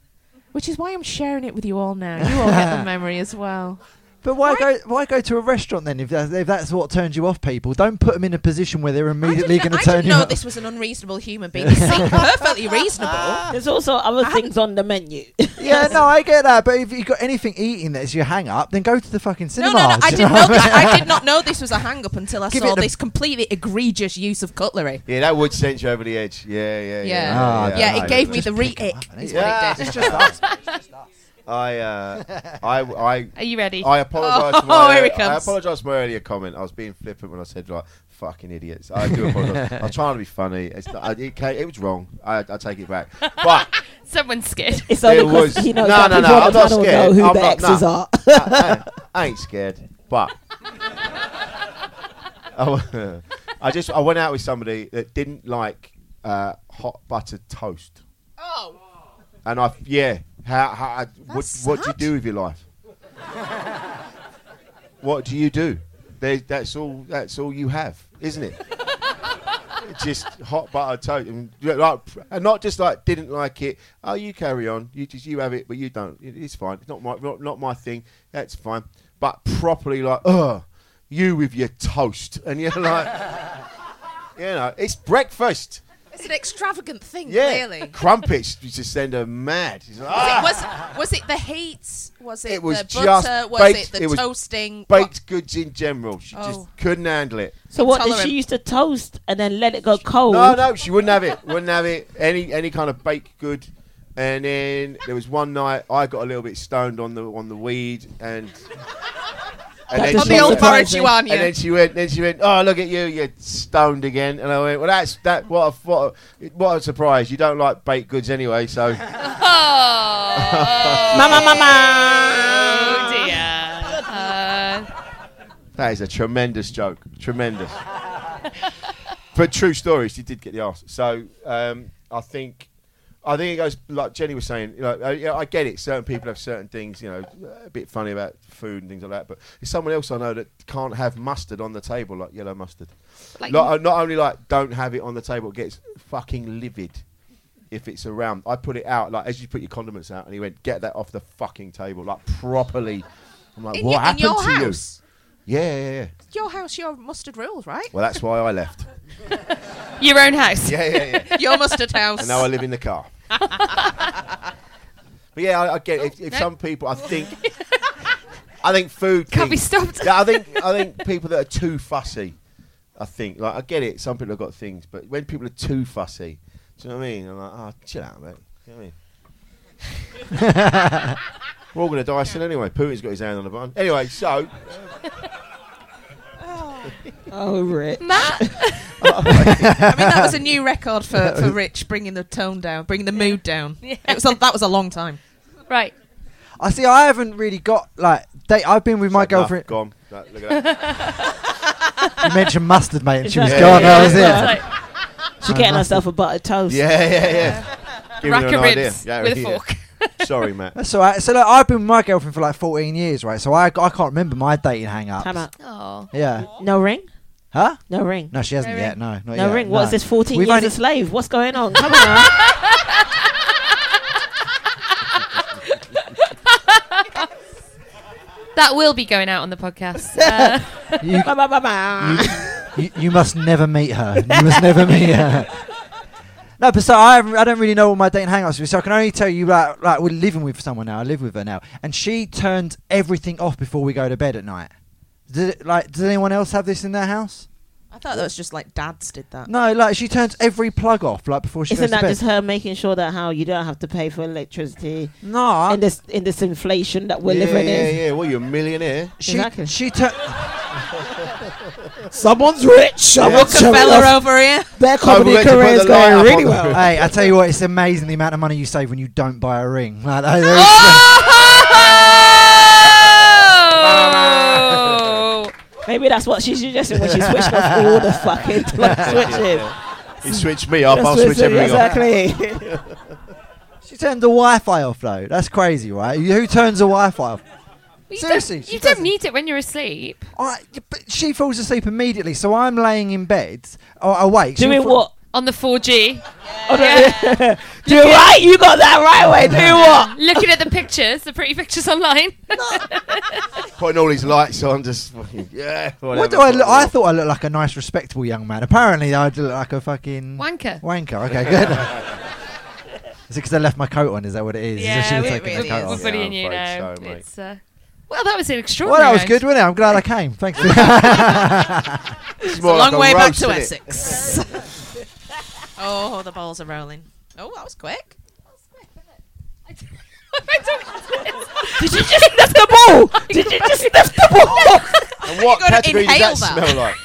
Speaker 3: which is why I'm sharing it with you all now. You all get the memory as well.
Speaker 1: But why go? Why go to a restaurant then? If, that, if that's what turns you off people, don't put them in a position where they're immediately going to
Speaker 3: I
Speaker 1: turn
Speaker 3: didn't
Speaker 1: you
Speaker 3: know
Speaker 1: off.
Speaker 3: this was an unreasonable human being. It seemed perfectly reasonable.
Speaker 11: There's also other things on the menu.
Speaker 1: yeah, no, I get that. But if you've got anything eating that's your hang up, then go to the fucking
Speaker 3: No,
Speaker 1: cinema.
Speaker 3: no, no. I didn't know. This, I did not know this was a hang up until I
Speaker 1: Give
Speaker 3: saw
Speaker 1: it a-
Speaker 3: this completely egregious use of cutlery.
Speaker 10: Yeah, that would send you over the edge. Yeah, yeah, yeah.
Speaker 3: Yeah,
Speaker 1: Ah,
Speaker 3: yeah, it gave me the re ick. Is
Speaker 10: Yeah.
Speaker 3: what it did.
Speaker 10: It's just us. I, uh, I, I.
Speaker 5: Are you ready?
Speaker 10: I apologise.
Speaker 5: Oh,
Speaker 10: for my,
Speaker 5: here he
Speaker 10: I
Speaker 5: comes.
Speaker 10: apologise for my earlier comment. I was being flippant when I said like "fucking idiots." I do apologise. I was trying to be funny. It's not, I- it, ca- it was wrong. I, I take it back. But
Speaker 5: Someone's scared.
Speaker 11: It's
Speaker 10: it was no, no, no. I'm not scared. I'm not, no. I, I- I ain't scared. But I, wa- I just I went out with somebody that didn't like uh, hot buttered toast.
Speaker 3: Oh.
Speaker 10: And I, yeah, how, how I, what,
Speaker 3: That's
Speaker 10: what do you
Speaker 3: sad.
Speaker 10: do with your life? what do you do? There, that's all. That's all you have, isn't it? just hot butter toast, and, yeah, like, and not just like didn't like it. Oh, you carry on. You just you have it, but you don't. It- It's fine. It's not my not, not my thing. That's fine. But properly like, ugh, you with your toast, and you're like, you know, it's breakfast.
Speaker 3: It's an extravagant thing,
Speaker 10: Yeah,
Speaker 3: clearly. Was
Speaker 10: crumpets used to send her mad. She's like,
Speaker 3: it,
Speaker 10: "Ah!"
Speaker 3: was, was it the heat? Was it,
Speaker 10: It was
Speaker 3: the
Speaker 10: just
Speaker 3: butter? Was
Speaker 10: baked,
Speaker 3: it the
Speaker 10: was
Speaker 3: toasting?
Speaker 10: baked goods in general. She
Speaker 3: Oh.
Speaker 10: just couldn't handle it.
Speaker 11: So what did
Speaker 3: Intolerant.
Speaker 11: she used to toast and then let it go cold?
Speaker 10: No, no, she wouldn't have it. Wouldn't have it. Any any kind of baked good. And then there was one night I got a little bit stoned on the on the weed and.
Speaker 11: That does not surprise me.
Speaker 10: and then she went. Then she went. Oh, look at you! You're stoned again. And I went. Well, that's that. What a what a, what a surprise! You don't like baked goods anyway, so.
Speaker 11: Mama,
Speaker 5: Oh
Speaker 11: mama.
Speaker 5: dear. Uh,
Speaker 10: That is a tremendous joke. Tremendous. but true story, she did get the arse. So um, I think, I think it goes like Jenny was saying. You know, I, yeah, oh, I get it. Certain people have certain things. You know, a bit funny about food and things like that. But there's someone else I know that can't have mustard on the table, like yellow mustard.
Speaker 12: Like-
Speaker 10: not, not only like don't have it on the table, it gets fucking livid. If it's around, I put it out like as you put your condiments out, and he went, "Get that off the fucking table, like properly." I'm like,
Speaker 3: In
Speaker 10: "What
Speaker 3: your- in
Speaker 10: happened
Speaker 3: your
Speaker 10: to
Speaker 3: house?
Speaker 10: you?" Yeah, yeah, yeah.
Speaker 3: Your house, your mustard rules, right?
Speaker 10: Well, that's why I left.
Speaker 5: your own house.
Speaker 10: Yeah, yeah, yeah.
Speaker 3: your mustard house.
Speaker 10: and now I live in the car. but yeah, I, I get it. if, if
Speaker 3: no.
Speaker 10: some people, I think, I think food can't
Speaker 5: be stopped.
Speaker 10: Yeah, I think I think people that are too fussy, I think like I get it. Some people have got things, but when people are too fussy, do you know what I mean? I'm like, oh, chill out, mate. Do you know what I mean? We're all gonna die soon anyway. Putin's got his hand on the button. Anyway, so
Speaker 11: Oh, Rich.
Speaker 3: Matt. I mean, that was a new record for, for Rich, bringing the tone down, bringing the mood down. It was a, that was a long time.
Speaker 5: Right.
Speaker 1: I see. I haven't really got like. Date. I've been with my
Speaker 10: Nah,
Speaker 1: girlfriend.
Speaker 10: gone. Nah, look at that.
Speaker 1: you mentioned mustard, mate, and she was
Speaker 10: Yeah,
Speaker 1: gone.
Speaker 10: yeah,
Speaker 1: that
Speaker 10: yeah.
Speaker 1: was it.
Speaker 10: That's
Speaker 11: She
Speaker 1: I
Speaker 11: getting
Speaker 1: must-
Speaker 11: herself a buttered toast.
Speaker 10: Yeah, yeah, yeah. Giving
Speaker 11: Rack
Speaker 10: her an
Speaker 11: of
Speaker 10: idea.
Speaker 11: ribs
Speaker 10: Yeah,
Speaker 11: with a
Speaker 10: yeah.
Speaker 11: fork.
Speaker 10: Sorry, Matt.
Speaker 1: That's all right. So look, I've been with my girlfriend for like 14 years, right? So I, I can't remember my dating hang ups.
Speaker 11: Time out.
Speaker 5: Oh.
Speaker 1: Yeah.
Speaker 11: No ring.
Speaker 1: Huh?
Speaker 11: No ring.
Speaker 1: No, she hasn't
Speaker 11: No
Speaker 1: yet.
Speaker 11: ring.
Speaker 1: No, not
Speaker 11: No
Speaker 1: yet.
Speaker 11: ring. What's this? 14
Speaker 1: We've
Speaker 11: years
Speaker 1: only-
Speaker 11: a slave. What's going on? Come on.
Speaker 5: That will be going out on the podcast. Uh,
Speaker 1: You- You, you must never meet her. You must never meet her. No, but so I, haven't- I don't really know all my dating hangouts with, so I can only tell you like like we're living with someone now. I live with her now, and she turned everything off before we go to bed at night. Did, like, does anyone else have this in their house?
Speaker 3: I thought that was just like dads did that.
Speaker 1: No, like she turns every plug off like before she
Speaker 11: Isn't
Speaker 1: goes
Speaker 11: that
Speaker 1: to bed.
Speaker 11: just her making sure that how you don't have to pay for electricity?
Speaker 1: No,
Speaker 11: in this in this inflation that we're
Speaker 10: yeah,
Speaker 11: living
Speaker 10: yeah,
Speaker 11: in.
Speaker 10: yeah. Well, you're a millionaire.
Speaker 11: She- Exactly.
Speaker 1: she turned.
Speaker 12: Someone's rich. I'm not showing off. Their comedy career is going really well.
Speaker 1: hey, I tell you what, it's amazing the amount of money you save when you don't buy a ring. Like, that-
Speaker 5: Oh!
Speaker 11: Maybe that's what she's suggesting when she switched off all the fucking plug switches.
Speaker 10: He switched me up. I'll switch
Speaker 11: That's
Speaker 10: everything off.
Speaker 11: exactly.
Speaker 1: she turned the Wi-Fi off though. That's crazy, right? You- Who turns the Wi-Fi off?
Speaker 5: You
Speaker 1: Seriously,
Speaker 5: don't, you don't need it when you're asleep.
Speaker 1: I, but she falls asleep immediately, so I'm laying in bed or awake. She'll fa-
Speaker 5: On the 4G.
Speaker 11: Do it right. You got that right way. Do what?
Speaker 5: Looking at the pictures, the pretty pictures online.
Speaker 10: Putting all these lights on, just fucking, yeah. Whatever.
Speaker 1: What do I look? I thought I looked like a nice, respectable young man. Apparently, I look like a fucking
Speaker 5: Wanker.
Speaker 1: Mm. Wanker. Okay, good. is it because I left my coat on? Is that what it is? Is it she
Speaker 5: yeah,
Speaker 1: was
Speaker 5: we,
Speaker 1: taking the coat
Speaker 5: are
Speaker 1: off?
Speaker 5: bullying you now.
Speaker 1: so, mate.
Speaker 5: It's, uh, well, that was an
Speaker 1: Well,
Speaker 5: extraordinary.
Speaker 1: that was good, wasn't it? I'm glad I came. Thanks. it's
Speaker 3: It's a long way back to Essex. oh, the balls are rolling. Oh, that was quick.
Speaker 11: Did you just lift the ball? Did you just lift the ball?
Speaker 10: And
Speaker 3: You
Speaker 10: what
Speaker 3: gotta
Speaker 10: category does that,
Speaker 3: inhale that.
Speaker 10: smell like?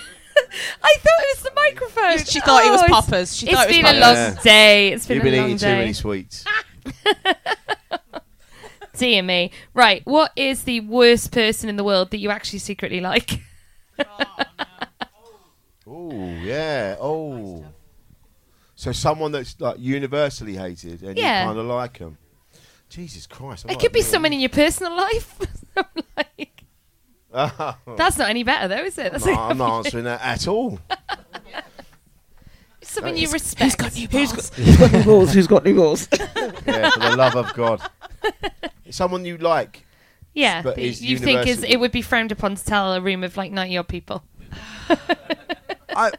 Speaker 5: I thought it was the microphone.
Speaker 3: She thought it was
Speaker 5: Oh, it's-
Speaker 3: poppers. She
Speaker 5: it's
Speaker 3: thought it was
Speaker 5: been
Speaker 3: poppers.
Speaker 5: a long day. It's been
Speaker 10: You've been
Speaker 5: a long
Speaker 10: eating
Speaker 5: day.
Speaker 10: too many sweets.
Speaker 5: Dear me. Right. What is the worst person in the world that you actually secretly like?
Speaker 10: Oh yeah. Oh. So someone that's like universally hated, and
Speaker 5: Yeah.
Speaker 10: you kind of like them. Jesus Christ! I'm
Speaker 5: it
Speaker 10: like
Speaker 5: could be
Speaker 10: me.
Speaker 5: someone in your personal life.
Speaker 1: Oh.
Speaker 5: That's not any better, though, is it? That's
Speaker 10: I'm not, I'm not answering that at all.
Speaker 5: Someone
Speaker 10: That
Speaker 5: you
Speaker 10: is-
Speaker 5: respect. Who's got new balls?
Speaker 11: Who's got new balls? Who's got new balls?
Speaker 10: yeah, for the love of God. Someone you like.
Speaker 5: Yeah,
Speaker 10: But
Speaker 5: that
Speaker 10: is
Speaker 5: you think is
Speaker 10: universally-
Speaker 5: it would be frowned upon to tell a room of like ninety odd people. Here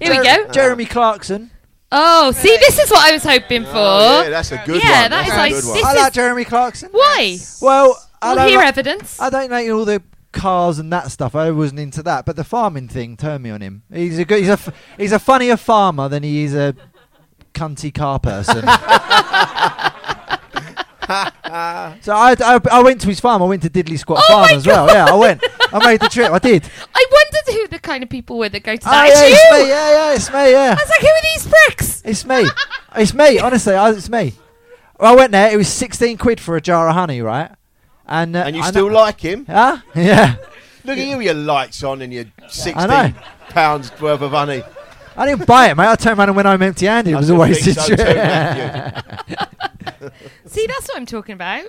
Speaker 5: we go.
Speaker 1: Jeremy Clarkson.
Speaker 5: Oh, see, this is what I was hoping for.
Speaker 1: Oh, yeah, that's a good
Speaker 5: yeah,
Speaker 1: one.
Speaker 5: that
Speaker 1: That's
Speaker 5: is
Speaker 1: a
Speaker 5: like
Speaker 1: good one.
Speaker 5: this
Speaker 1: I
Speaker 5: is-
Speaker 1: like Jeremy Clarkson.
Speaker 5: Why?
Speaker 1: Well, I
Speaker 5: We'll
Speaker 1: don't
Speaker 5: hear
Speaker 1: like-
Speaker 5: evidence.
Speaker 1: I don't like all the cars and that stuff. I wasn't into that, but the farming thing turned me on him. He's a good. He's a. f- He's a funnier farmer than he is a cunty car person. so I, I, I went to his farm. I went to Diddley Squat
Speaker 5: Oh
Speaker 1: Farm
Speaker 5: my
Speaker 1: as well.
Speaker 5: God.
Speaker 1: Yeah, I went. I made the trip. I did.
Speaker 5: I wondered who the kind of people were that go to
Speaker 1: Oh,
Speaker 5: that.
Speaker 1: yeah,
Speaker 5: It's
Speaker 1: it's
Speaker 5: you!
Speaker 1: me. Yeah, yeah, it's me. Yeah.
Speaker 5: I was like, who are these bricks?
Speaker 1: It's me. it's me. Honestly, I, it's me. Well, I went there. It was sixteen quid for a jar of honey, right? And uh,
Speaker 10: And you
Speaker 1: I
Speaker 10: still
Speaker 1: kno-
Speaker 10: like him?
Speaker 1: Huh? Yeah.
Speaker 10: Look at you with your lights on and your
Speaker 1: I know.
Speaker 10: sixteen pounds worth of honey.
Speaker 1: I didn't buy it, mate. I turned around and went home empty-handed. It
Speaker 10: I
Speaker 1: was
Speaker 10: should
Speaker 1: always
Speaker 10: think so
Speaker 1: trip.
Speaker 10: too, Matthew.
Speaker 5: See, that's what I'm talking about.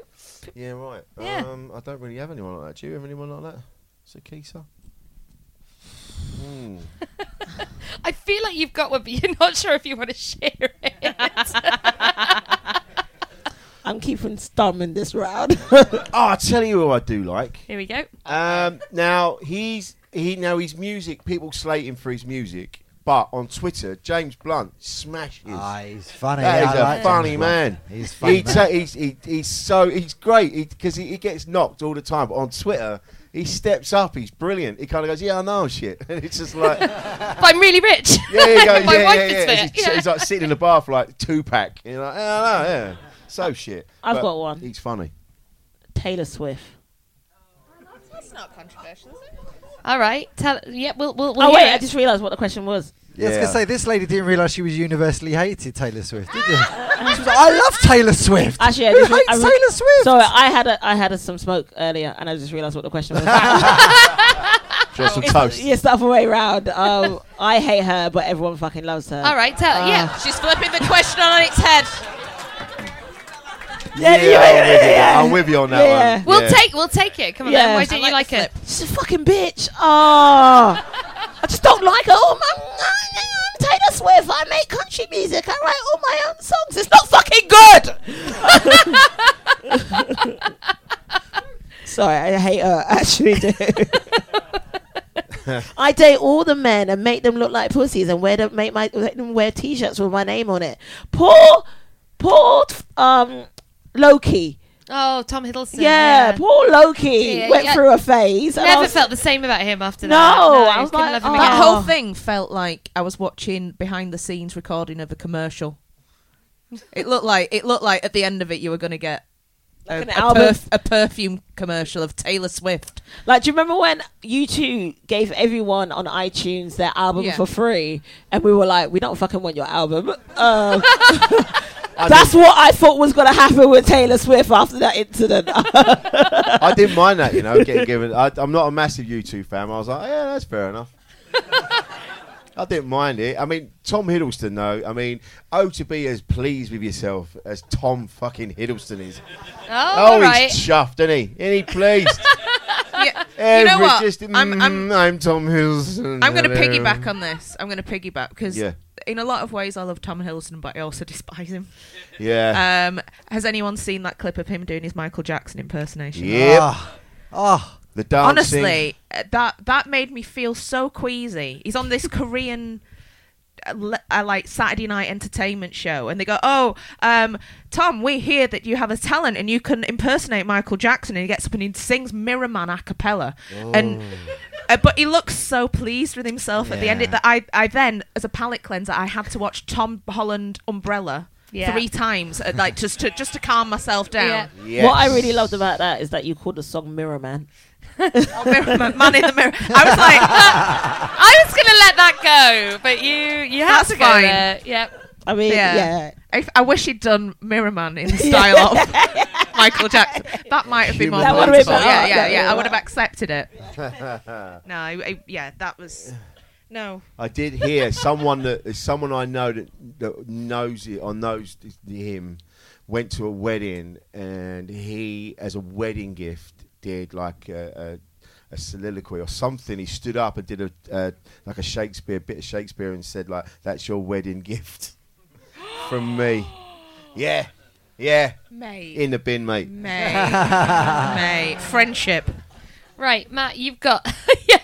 Speaker 10: Yeah, right.
Speaker 5: Yeah.
Speaker 10: Um, I don't really have anyone like that. Do you have anyone like that? Sakisa? Mm.
Speaker 5: I feel like you've got one, but you're not sure if you want to share it.
Speaker 11: I'm keeping stum in this round.
Speaker 10: oh, I tell you who I do like.
Speaker 5: Here we go.
Speaker 10: Um, now he's he now his music. People slate him for his music, but on Twitter, James Blunt smashes. Ah,
Speaker 1: he's funny.
Speaker 10: That
Speaker 1: Yeah,
Speaker 10: is
Speaker 1: I
Speaker 10: a
Speaker 1: like
Speaker 10: funny
Speaker 1: James
Speaker 10: man.
Speaker 1: Blunt. He's funny,
Speaker 10: He
Speaker 1: man.
Speaker 10: ta- he's, he, he's so he's great because he, he gets knocked all the time. But on Twitter, he steps up. He's brilliant. He kind of goes, "Yeah, I know shit," and it's just like,
Speaker 5: but I'm really rich.
Speaker 10: "Yeah, he goes,
Speaker 5: My
Speaker 10: yeah,
Speaker 5: wife
Speaker 10: yeah,
Speaker 5: is
Speaker 10: yeah."
Speaker 5: fit.
Speaker 10: He's, he's like sitting in the bar for like two pack. You're like, "Yeah, I know, yeah." So shit.
Speaker 11: I've
Speaker 10: But
Speaker 11: got one.
Speaker 10: He's funny.
Speaker 11: Taylor Swift.
Speaker 3: That's not controversial, is it?
Speaker 5: All right. Tell. Yeah, we'll. we'll, we'll
Speaker 11: Oh
Speaker 5: hear
Speaker 11: wait, I
Speaker 5: it.
Speaker 11: just realised what the question was.
Speaker 1: Yeah, I was gonna say this lady didn't realise she was universally hated Taylor Swift, did you? she was like, I love Taylor Swift.
Speaker 11: Actually, I
Speaker 1: Who
Speaker 11: just re-
Speaker 1: hates
Speaker 11: I re-
Speaker 1: Taylor Swift?
Speaker 11: Sorry, I had a, I had a, some smoke earlier, and I just realised what the question was.
Speaker 10: Just some
Speaker 11: It's-
Speaker 10: toast.
Speaker 11: It's the other way round. Um, I hate her, but everyone fucking loves her.
Speaker 3: All right, tell.
Speaker 11: Ah.
Speaker 3: yeah, she's flipping the question on its head.
Speaker 10: Yeah, I'm with you. I'm with you on that
Speaker 11: Yeah.
Speaker 10: one.
Speaker 5: We'll
Speaker 10: Yeah.
Speaker 5: take. We'll take it. Come on.
Speaker 11: Yeah.
Speaker 5: Then. Why
Speaker 11: I
Speaker 5: didn't you like it?
Speaker 11: She's a fucking bitch. Oh, I just don't like her. Oh, I'm, I'm Taylor Swift. I make country music. I write all my own songs. It's not fucking good. Sorry, I hate her. I Actually, do. I date all the men and make them look like pussies and wear them, make my make them wear t-shirts with my name on it. Poor, poor um, Loki.
Speaker 5: Oh, Tom Hiddleston.
Speaker 11: Yeah, poor Loki
Speaker 5: Yeah,
Speaker 11: went
Speaker 5: yeah.
Speaker 11: through a phase. and I
Speaker 5: Never
Speaker 11: was-
Speaker 5: felt the same about him after
Speaker 11: No,
Speaker 5: that.
Speaker 11: I was
Speaker 5: couldn't
Speaker 11: like,
Speaker 5: love him
Speaker 11: oh.
Speaker 5: again.
Speaker 3: That whole thing felt like I was watching behind the scenes recording of a commercial. It looked like it looked like at the end of it you were going to get a,
Speaker 11: Like an
Speaker 3: a
Speaker 11: album.
Speaker 3: perf- a perfume commercial of Taylor Swift.
Speaker 11: Like, do you remember when you two gave everyone on iTunes their album
Speaker 3: Yeah.
Speaker 11: for free, and we were like, "We don't fucking want your album." Um, that's what I thought was going to happen with Taylor Swift after that incident.
Speaker 10: I didn't mind that, you know, getting given. I, I'm not a massive U2 fan. I was like, yeah, that's fair enough. I didn't mind it. I mean, Tom Hiddleston, though. I mean, oh, to be as pleased with yourself as Tom fucking Hiddleston is.
Speaker 5: Oh, all
Speaker 10: he's
Speaker 5: right.
Speaker 10: chuffed, isn't he? Isn't he pleased?
Speaker 3: Yeah, you
Speaker 10: Every-
Speaker 3: know what?
Speaker 10: just,
Speaker 3: I'm, I'm,
Speaker 10: mm, I'm Tom Hiddleston.
Speaker 3: I'm going to piggyback on this. I'm going to piggyback because
Speaker 10: Yeah.
Speaker 3: in a lot of ways I love Tom Hiddleston, but I also despise him.
Speaker 10: Yeah.
Speaker 3: Um, has anyone seen that clip of him doing his Michael Jackson
Speaker 11: uh,
Speaker 3: impersonation?
Speaker 10: Yep.
Speaker 1: Oh.
Speaker 10: The dancing.
Speaker 3: Honestly, uh, that that made me feel so queasy. He's on this Korean uh, le- uh, like Saturday night entertainment show, and they go, "Oh, um, Tom, we hear that you have a talent and you can impersonate Michael Jackson." And he gets up and he sings Mirror Man a cappella, and
Speaker 1: Oh.
Speaker 3: uh, but he looks so pleased with himself at the end.
Speaker 11: Yeah.
Speaker 3: It, that I, I then, as a palate cleanser, I had to watch Tom Holland Umbrella
Speaker 11: Yeah.
Speaker 3: three times, uh, like just to just to calm myself down.
Speaker 11: What I really loved about that is that you called the song "Mirror Man."
Speaker 3: Mirror Man, Man in the mirror. I was like,
Speaker 5: I was gonna let that go, but you you have
Speaker 3: That's
Speaker 5: to go
Speaker 3: fine.
Speaker 5: there. Yep.
Speaker 11: I mean, yeah.
Speaker 3: If, I wish he'd done Mirror Man in the style of Michael Jackson. That might have been more
Speaker 11: That would've been
Speaker 3: palatable. Yeah,
Speaker 11: better.
Speaker 3: yeah,
Speaker 11: That
Speaker 3: yeah. I would have
Speaker 11: would've been
Speaker 3: accepted it. no, I, I- yeah, that was no.
Speaker 10: I did hear someone that is someone I know that, that knows it or knows th- him went to a wedding and he, as a wedding gift, did like a, a, a soliloquy or something. He stood up and did a uh, like a Shakespeare bit of Shakespeare and said like, "That's your wedding gift from me." Yeah, yeah,
Speaker 3: Mate.
Speaker 10: in the bin, mate.
Speaker 3: Mate, mate, friendship.
Speaker 5: Right, Matt, you've got. yeah.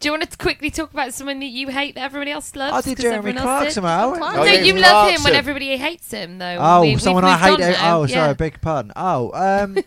Speaker 5: Do you want to quickly talk about someone that you hate that everybody else loves?
Speaker 1: I did
Speaker 5: 'Cause
Speaker 1: Jeremy
Speaker 5: everyone else
Speaker 1: Clarkson,
Speaker 5: did.
Speaker 1: I went-
Speaker 5: No,
Speaker 1: Oh, yeah,
Speaker 5: you love him when
Speaker 1: Clarkson.
Speaker 5: everybody hates him, though.
Speaker 1: Oh,
Speaker 5: We- we've
Speaker 1: someone I
Speaker 5: moved
Speaker 1: hate.
Speaker 5: on now.
Speaker 1: Oh,
Speaker 5: Yeah.
Speaker 1: sorry, beg your pardon. Oh, um,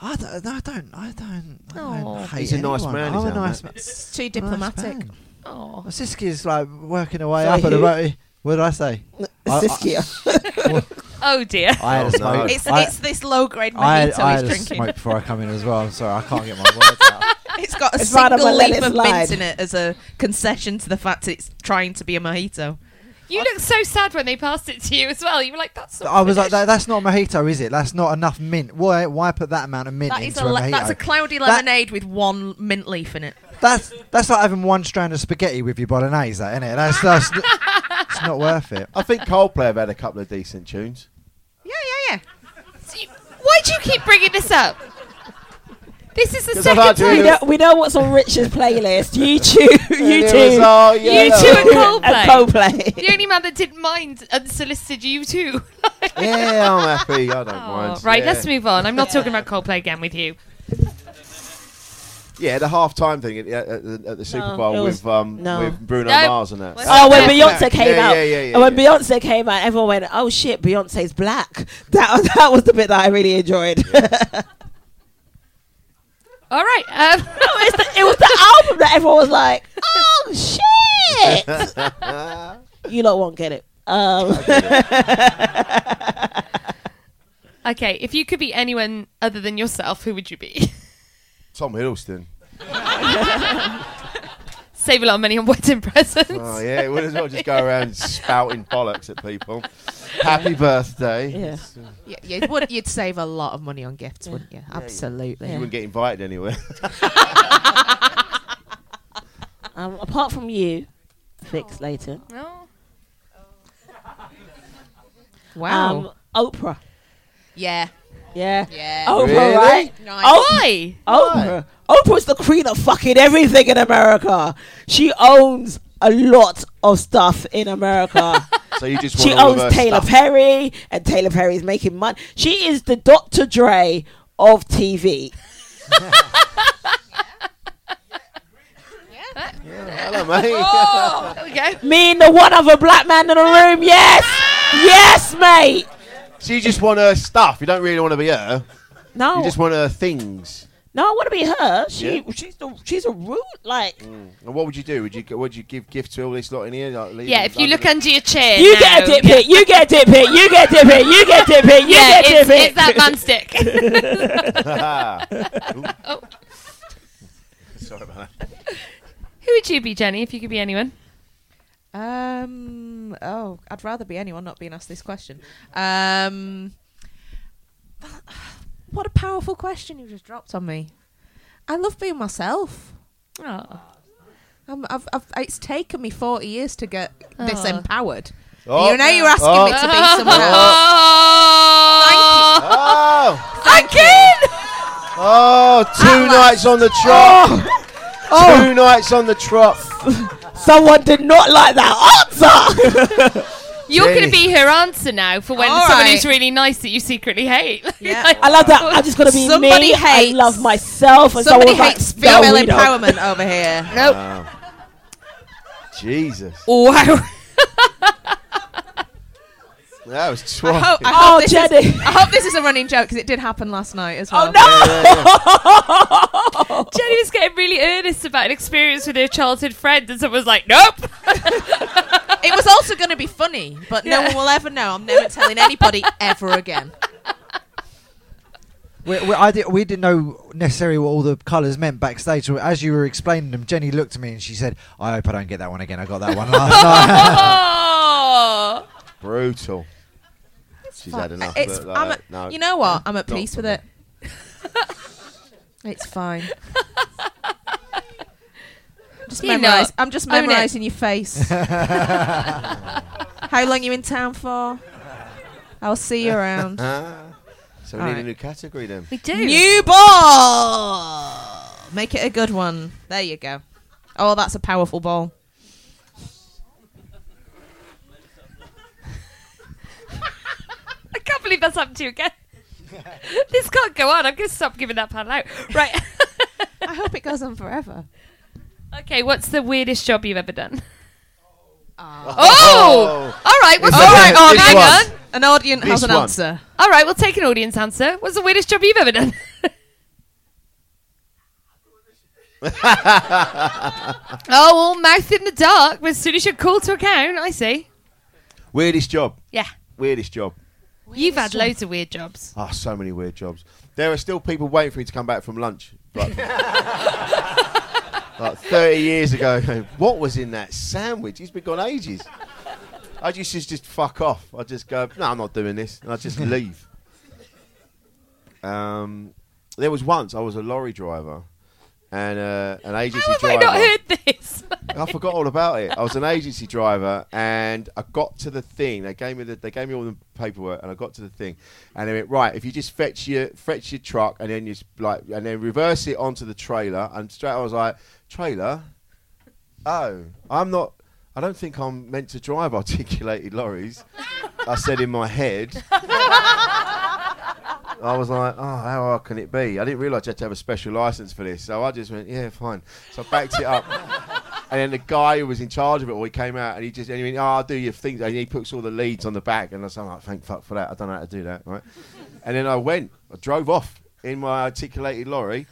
Speaker 1: I don't, no, I don't, I don't. I
Speaker 3: Aw.
Speaker 1: don't hate
Speaker 10: He's a nice
Speaker 1: anyone.
Speaker 10: man,
Speaker 1: I'm
Speaker 10: he's
Speaker 1: a
Speaker 10: not,
Speaker 1: nice man.
Speaker 3: It's too diplomatic.
Speaker 5: Oh,
Speaker 1: Siski's like working her way
Speaker 11: Sorry,
Speaker 1: up at the
Speaker 11: who?
Speaker 1: roti. What did I say? I- I-
Speaker 11: Siskia.
Speaker 5: oh dear.
Speaker 1: I had a
Speaker 11: Oh, no.
Speaker 1: smoke.
Speaker 3: It's-
Speaker 1: I-
Speaker 3: it's this low-grade
Speaker 1: I had,
Speaker 3: mojito
Speaker 1: I
Speaker 3: he's
Speaker 1: had a
Speaker 3: drinking.
Speaker 1: smoke before I come in as well. I'm sorry, I can't get my words out.
Speaker 3: It's got a
Speaker 11: It's right up
Speaker 3: single
Speaker 11: my
Speaker 3: leaf
Speaker 11: lettuce
Speaker 3: of
Speaker 11: line.
Speaker 3: mint in it as a concession to the fact that it's trying to be a mojito.
Speaker 5: You looked so sad when they passed it to you as well. You were like, "That's." not
Speaker 1: I was like, that,
Speaker 5: finished."
Speaker 1: that's not a mojito, is it? That's not enough mint. Why, why put that amount of mint
Speaker 3: That is
Speaker 1: into a,
Speaker 3: a le-
Speaker 1: mojito?
Speaker 3: that's a cloudy lemonade with one mint leaf in it.
Speaker 1: That's that's like having one strand of spaghetti with your bolognese, that, isn't it? That's, that's it's not worth it.
Speaker 10: I think Coldplay have had a couple of decent tunes.
Speaker 3: Yeah, yeah, yeah.
Speaker 5: Why do you keep bringing this up? This is the
Speaker 10: 'Cause I've
Speaker 5: second
Speaker 10: had to
Speaker 11: we,
Speaker 5: time.
Speaker 11: know, we know what's on Rich's playlist. You two, you
Speaker 10: it
Speaker 11: two,
Speaker 10: was
Speaker 1: oh,
Speaker 10: all
Speaker 5: You two and Coldplay.
Speaker 11: and Coldplay.
Speaker 5: the only man that didn't mind unsolicited you two.
Speaker 10: yeah, I'm happy. I don't mind.
Speaker 5: right,
Speaker 10: Yeah.
Speaker 5: let's move on. I'm not talking about Coldplay again with you.
Speaker 10: Yeah, the half time thing at, at, at the- at the Super Bowl
Speaker 11: it was-
Speaker 10: with um
Speaker 11: no.
Speaker 10: with Bruno
Speaker 11: No.
Speaker 10: Mars and that.
Speaker 11: Oh, when Beyonce came
Speaker 10: yeah,
Speaker 11: out,
Speaker 10: Yeah, yeah, yeah.
Speaker 11: and when Beyonce came out, everyone went, "Oh shit, Beyonce's black." That that was the bit that I really enjoyed.
Speaker 5: All right. Um,
Speaker 11: it's the, it was the album that everyone was like, "Oh shit!" you lot won't get it. Um,
Speaker 5: okay, if you could be anyone other than yourself, who would you be?
Speaker 10: Tom Hiddleston.
Speaker 5: Save a lot of money on wedding presents.
Speaker 10: Oh yeah, we would as well just go around spouting bollocks at people. Happy birthday. It's, uh,
Speaker 3: Yeah, you would, you'd save a lot of money on gifts, wouldn't you? Absolutely.
Speaker 10: You wouldn't get invited anywhere.
Speaker 11: um, apart from you,
Speaker 5: Oh.
Speaker 11: fix later.
Speaker 5: Oh.
Speaker 3: Wow.
Speaker 11: Um, Oprah.
Speaker 3: yeah.
Speaker 11: Yeah.
Speaker 3: Yeah.
Speaker 11: Oprah,
Speaker 3: Really?
Speaker 11: right?
Speaker 3: Nice.
Speaker 11: Oprah. Oprah. Oprah's the queen of fucking everything in America. She owns a lot of stuff in America.
Speaker 10: so you just
Speaker 11: she
Speaker 10: want all of
Speaker 11: owns
Speaker 10: her
Speaker 11: Taylor
Speaker 10: stuff.
Speaker 11: Perry, and Taylor Perry's making money. She is the Dr. Dre of TV.
Speaker 10: Hello, mate.
Speaker 3: Oh, there we go.
Speaker 11: Me and the one other black man in the room. Yes, yes, mate.
Speaker 10: So you just want her stuff. You don't really want to be her.
Speaker 11: No.
Speaker 10: You just want her things.
Speaker 11: No, I want to be her. She,
Speaker 10: Yeah.
Speaker 11: she's the, she's a rude like.
Speaker 10: And what would you do? Would you would you give gifts to all this lot in here? Like, leave
Speaker 5: Yeah,
Speaker 10: them
Speaker 5: if you look
Speaker 10: the-
Speaker 5: under your chair.
Speaker 11: You
Speaker 5: now-
Speaker 11: get a dip hit. You get a dip hit. You get a dip hit. You get a dip hit. You
Speaker 5: Yeah,
Speaker 11: get a dip
Speaker 5: it's,
Speaker 11: hit.
Speaker 5: it's that man's dick.
Speaker 10: Oh. Sorry about that.
Speaker 5: Who would you be, Jenny, if you could be anyone?
Speaker 3: Um. Oh, I'd rather be anyone not being asked this question. Um. What a powerful question you just dropped on me. I love being myself.
Speaker 5: Oh.
Speaker 3: Um, I've, I've, it's taken me forty years to get this
Speaker 5: Oh.
Speaker 3: empowered.
Speaker 10: Oh.
Speaker 3: You know, you're asking me to be
Speaker 5: Oh.
Speaker 3: someone else.
Speaker 5: Oh.
Speaker 10: Oh,
Speaker 3: Thank you.
Speaker 10: oh, two nights on the trot. Two nights on the trot.
Speaker 11: Someone did not like that answer.
Speaker 5: You're going
Speaker 11: Jenny.
Speaker 5: to be her answer now for when
Speaker 11: All
Speaker 5: someone
Speaker 11: right.
Speaker 5: who's really nice that you secretly hate. Yeah.
Speaker 11: I love that. I'm just gonna be
Speaker 3: Somebody
Speaker 11: me. I
Speaker 3: hates-
Speaker 11: love myself. And
Speaker 3: Somebody
Speaker 11: someone's like,
Speaker 3: hates
Speaker 11: "No,
Speaker 3: female
Speaker 11: we don't."
Speaker 3: empowerment over here.
Speaker 10: Wow. Jesus.
Speaker 3: Wow.
Speaker 10: That was twat.
Speaker 3: I hope, I
Speaker 11: Oh,
Speaker 3: hope this
Speaker 11: Jenny.
Speaker 3: Is, I hope this is a running joke because it did happen last night as well.
Speaker 5: Jenny was getting really earnest about an experience with her childhood friend, and someone was like, nope.
Speaker 3: no! it was also going to be funny, but no
Speaker 5: Yeah.
Speaker 3: one will ever know. I'm never telling anybody ever again.
Speaker 1: We, we, I did, we didn't know necessarily what all the colours meant backstage. So as you were explaining them, Jenny looked at me and she said, "I hope I don't get that one again. I got that one last night."
Speaker 5: Oh.
Speaker 10: Brutal. She's had enough. of
Speaker 3: It's,
Speaker 10: it like
Speaker 3: I'm
Speaker 10: that.
Speaker 3: at,
Speaker 10: No,
Speaker 3: you know what? I'm at
Speaker 10: not
Speaker 3: peace
Speaker 10: for
Speaker 3: with
Speaker 10: me.
Speaker 3: it. it's fine. Just
Speaker 5: You know,
Speaker 3: memorize, I'm just
Speaker 5: own it.
Speaker 3: memorising your face. How long you in town for? I'll see you around.
Speaker 10: so we
Speaker 3: All
Speaker 10: need a
Speaker 3: right.
Speaker 10: new category then.
Speaker 5: We do.
Speaker 3: New ball. Make it a good one. There you go. Oh, that's a powerful ball.
Speaker 5: I can't believe that's happened to you again. this can't go on. I'm going to stop giving that panel out. Right.
Speaker 3: I hope it goes on forever.
Speaker 5: okay, what's the weirdest job you've ever done?
Speaker 3: Oh,
Speaker 5: Oh! All right. What's
Speaker 3: All
Speaker 5: the
Speaker 3: right,
Speaker 5: oh,
Speaker 3: on,
Speaker 5: hang
Speaker 3: hang
Speaker 5: on.
Speaker 3: on. An audience has an answer.
Speaker 5: All right, we'll take an audience answer. What's the weirdest job you've ever done? oh, all mouth in the dark. As soon as you're called to account, I see.
Speaker 10: Weirdest job.
Speaker 5: Yeah.
Speaker 10: Weirdest job.
Speaker 5: you've had loads of weird jobs.
Speaker 10: Ah, so many weird jobs. There are still people waiting for me to come back from lunch. Like, like 30 years ago. What was in that sandwich? He's been gone ages. I just just, just fuck off. I just go, no, I'm not doing this. And I just leave. Um, there was once I was a lorry driver and uh, an agency
Speaker 5: How have I
Speaker 10: driver.
Speaker 5: not heard this?
Speaker 10: I forgot all about it. I was an agency driver, and I got to the thing. They gave me the they gave me all the paperwork, and I got to the thing, and they went right. If you just fetch your fetch your truck, and then you s- like and then reverse it onto the trailer, and straight I was like trailer. Oh, I'm not. I don't think I'm meant to drive articulated lorries. I said in my head. I was like, oh, how hard can it be? I didn't realise you had to have a special license for this. So I just went, yeah, fine. So I backed it up. and then the guy who was in charge of it all, he came out and he just, and he went, oh, I'll do your things. And he puts all the leads on the back. And I said, like, thank fuck for that. I don't know how to do that, right? and then I went, I drove off in my articulated lorry.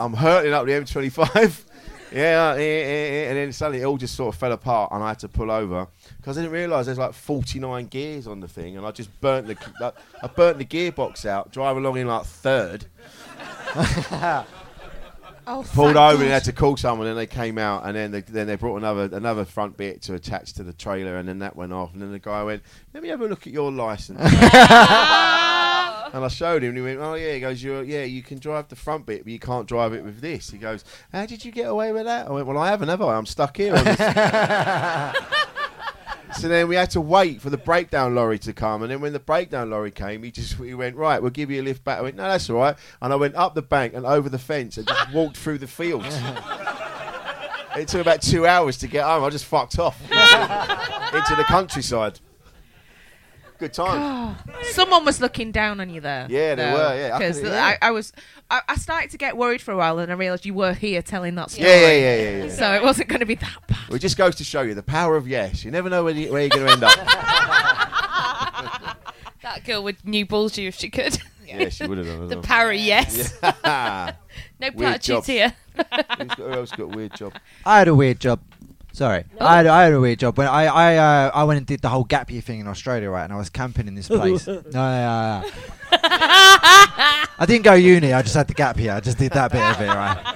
Speaker 10: I'm hurtling up the M25. Yeah, eh, eh, eh, and then suddenly it all just sort of fell apart, and I had to pull over because I didn't realise there's like 49 gears on the thing, and I just burnt the like, I burnt the gearbox out. Drive along in like third,
Speaker 3: Oh,
Speaker 10: pulled over and had to call someone, and they came out, and then they, then they brought another another front bit to attach to the trailer, and then that went off, and then the guy went, "Let me have a look at your license." And I showed him, and he went, "Oh yeah." He goes, You're, "Yeah, you can drive the front bit, but you can't drive it with this." He goes, "How did you get away with that?" I went, "Well, I haven't, have I? I'm stuck here." on this." so then we had to wait for the breakdown lorry to come, and then when the breakdown lorry came, he just he went, "Right, we'll give you a lift back." I went, "No, that's all right." And I went up the bank and over the fence and just walked through the fields. it took about two hours to get home. I just fucked off into the countryside.
Speaker 2: Good time.
Speaker 10: Someone was looking down on you there.
Speaker 2: Yeah, they
Speaker 10: though,
Speaker 2: were, yeah, I
Speaker 10: because
Speaker 2: could-
Speaker 10: I, I was, I, I started to get worried for a while, and I realised you were here telling that
Speaker 2: Yeah,
Speaker 10: story.
Speaker 2: yeah, yeah, yeah, yeah.
Speaker 10: So it wasn't going to be that. bad.
Speaker 2: Well, It just goes to show you the power of yes. You never know where, you, where you're going to end up.
Speaker 5: That girl would new balls you if she could.
Speaker 2: Yeah, she would have done, I
Speaker 5: the
Speaker 2: know.
Speaker 5: power, of yes.
Speaker 2: Yeah.
Speaker 5: no
Speaker 2: Weird
Speaker 5: platitudes
Speaker 2: jobs.
Speaker 5: here.
Speaker 2: Who's got- who else got a weird job?
Speaker 1: I had a weird job. Sorry, I, had, I had a weird job. When I I, uh, I went and did the whole gap year thing in Australia, right? And I was camping in this place. no, no, no, no. I didn't go uni. I just had the gap year. I just did that bit of it, right?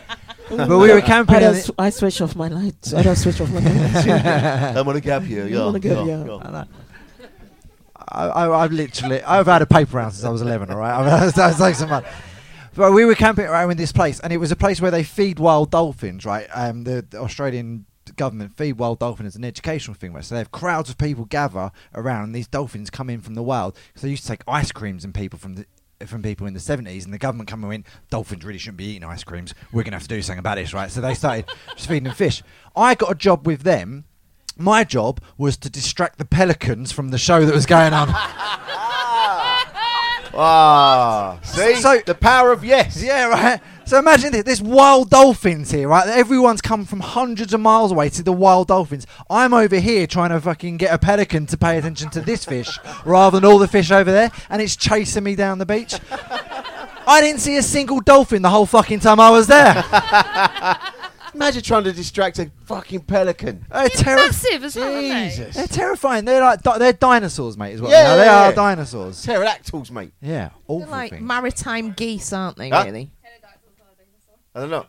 Speaker 1: but we were camping.
Speaker 11: I,
Speaker 1: and
Speaker 11: don't
Speaker 1: it-
Speaker 11: sw- I switch off my lights. I don't switch off my lights.
Speaker 2: I'm on a gap year,
Speaker 11: I'm
Speaker 2: yeah,
Speaker 11: on a gap
Speaker 2: yeah,
Speaker 11: year.
Speaker 2: yeah.
Speaker 1: I know. I, I, I've literally, I've had a paper round since I was 11, all right? I mean, that was like some fun. But we were camping around in this place, and it was a place where they feed wild dolphins, right? Um, the, the Australian government feed wild dolphins as an educational thing, right? So they have crowds of people gather around, and these dolphins come in from the wild. Because they used to take ice creams and people from the from people in the 70s and the government come and went dolphins really shouldn't be eating ice creams we're going to have to do something about this right so they started just feeding them fish i got a job with them my job was to distract the pelicans from the show that was going on.
Speaker 2: Ah, see, the power of yes.
Speaker 1: Yeah, right. So imagine this, there's wild dolphins here, right? Everyone's come from hundreds of miles away to the wild dolphins. I'm over here trying to fucking get a pelican to pay attention to this fish rather than all the fish over there, and it's chasing me down the beach. I didn't see a single dolphin the whole fucking time I was there.
Speaker 2: Imagine trying to distract a fucking pelican.
Speaker 1: They're terri-
Speaker 5: Massive as well, aren't they?
Speaker 2: Jesus.
Speaker 1: They're terrifying. They're like di- they're dinosaurs, mate. Is what they
Speaker 2: Yeah,
Speaker 1: are.
Speaker 2: yeah,
Speaker 1: They
Speaker 2: yeah.
Speaker 1: are dinosaurs.
Speaker 2: Pterodactyls, mate.
Speaker 1: Yeah,
Speaker 10: They're
Speaker 1: awful
Speaker 10: like
Speaker 1: thing.
Speaker 10: maritime geese, aren't they?
Speaker 2: Huh?
Speaker 10: Really?
Speaker 2: I don't know.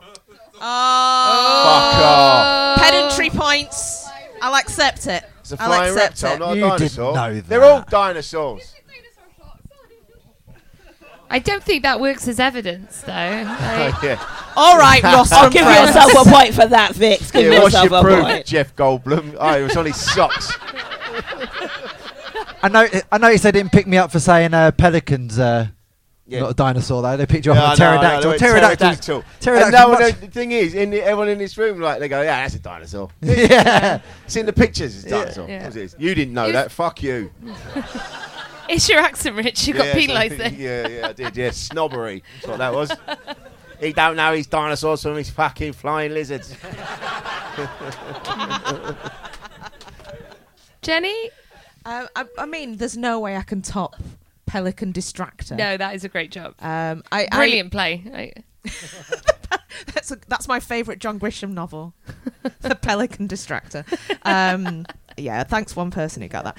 Speaker 10: Oh, pedantry points. I'll accept it.
Speaker 2: It's a
Speaker 10: I'll
Speaker 2: flying
Speaker 10: accept
Speaker 2: reptile,
Speaker 10: it.
Speaker 2: not a
Speaker 1: You didn't
Speaker 2: dinosaur.
Speaker 1: know
Speaker 2: They're all dinosaurs.
Speaker 5: I don't think that works as evidence, though. Like-
Speaker 10: All right, Ross
Speaker 11: I'll
Speaker 10: from
Speaker 11: give
Speaker 10: France.
Speaker 11: yourself a point for that, Vix. Give
Speaker 2: Yeah, what's
Speaker 11: yourself
Speaker 2: your
Speaker 11: a
Speaker 2: proof,
Speaker 11: point.
Speaker 2: Jeff Goldblum? Oh, it was on his socks.
Speaker 1: I know. I noticed they didn't pick me up for saying uh, pelicans. Uh,
Speaker 2: Yeah.
Speaker 1: Not a dinosaur though. They picked you up
Speaker 2: Yeah,
Speaker 1: on
Speaker 2: I
Speaker 1: a
Speaker 2: know, I know,
Speaker 1: pterodactyl.
Speaker 2: they went
Speaker 1: pterodactyl.
Speaker 2: Pterodactyl. And no,
Speaker 1: much-
Speaker 2: no, the thing is, in the, everyone in this room, like they go, yeah, that's a dinosaur.
Speaker 1: Yeah.
Speaker 2: it's in the pictures. It's a
Speaker 1: Yeah.
Speaker 2: dinosaur.
Speaker 5: Yeah.
Speaker 2: That's what it is. You didn't know
Speaker 5: You-
Speaker 2: that. Fuck you.
Speaker 5: it's your accent, Rich. You got
Speaker 2: Yeah,
Speaker 5: penalised
Speaker 2: so-
Speaker 5: there.
Speaker 2: Yeah, yeah, I did. Yeah, snobbery. That's what that was. he don't know his dinosaurs from his fucking flying lizards.
Speaker 5: Jenny?
Speaker 10: Um, I, I mean, there's no way I can top Pelican Distractor.
Speaker 5: No, Oh, that is a great job.
Speaker 10: Um, I, I-
Speaker 5: Brilliant play. I-
Speaker 10: that's a, that's my favourite John Grisham novel, The Pelican Distractor. Um, yeah, thanks one person who got that.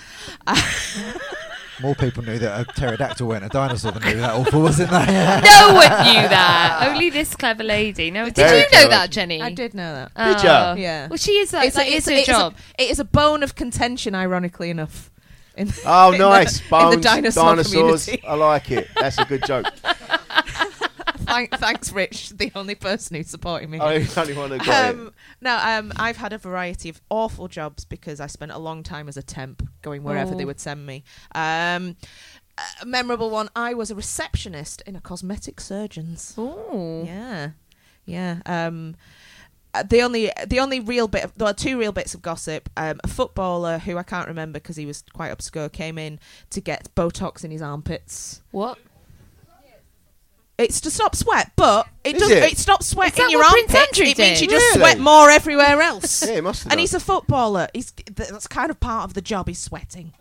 Speaker 1: More people knew that a pterodactyl weren't a dinosaur than knew that awful, wasn't they?
Speaker 5: no one knew that. Only this clever lady. No, did
Speaker 1: Very
Speaker 5: you know
Speaker 1: clever.
Speaker 5: that, Jenny?
Speaker 10: I did know that.
Speaker 5: Oh.
Speaker 2: Did ya?
Speaker 10: Yeah.
Speaker 5: Well, she is. uh, A, it's, it's, her job.
Speaker 10: it is a bone of contention, ironically enough. In,
Speaker 2: Oh,
Speaker 10: in the-
Speaker 2: nice.
Speaker 10: in
Speaker 2: Bones,
Speaker 10: the dinosaur
Speaker 2: dinosaurs.
Speaker 10: community.
Speaker 2: I like it. That's a good joke.
Speaker 10: Thank, thanks, Rich, the only person who's supporting me.
Speaker 2: I
Speaker 10: here.
Speaker 2: only one who got it.
Speaker 10: um, No, um, I've had a variety of awful jobs because I spent a long time as a temp, going wherever they
Speaker 5: Oh.
Speaker 10: would send me. Um, a memorable one. I was a receptionist in a cosmetic surgeon's.
Speaker 5: Oh.
Speaker 10: Yeah, yeah. Um, uh, the only the only real bit of, there are two real bits of gossip. Um, a footballer who I can't remember because he was quite obscure came in to get Botox in his armpits.
Speaker 5: What?
Speaker 10: It's to stop sweat, but it
Speaker 2: Is
Speaker 10: does.
Speaker 2: it?
Speaker 10: It, stops sweat
Speaker 5: Is that
Speaker 10: in your
Speaker 5: what Prince
Speaker 10: armpits.
Speaker 5: Andrew
Speaker 10: it means
Speaker 5: did?
Speaker 10: you just
Speaker 2: Really?
Speaker 10: sweat more everywhere else.
Speaker 2: Yeah, he must have
Speaker 10: And
Speaker 2: done.
Speaker 10: he's a footballer. He's th- that's kind of part of the job. He's sweating.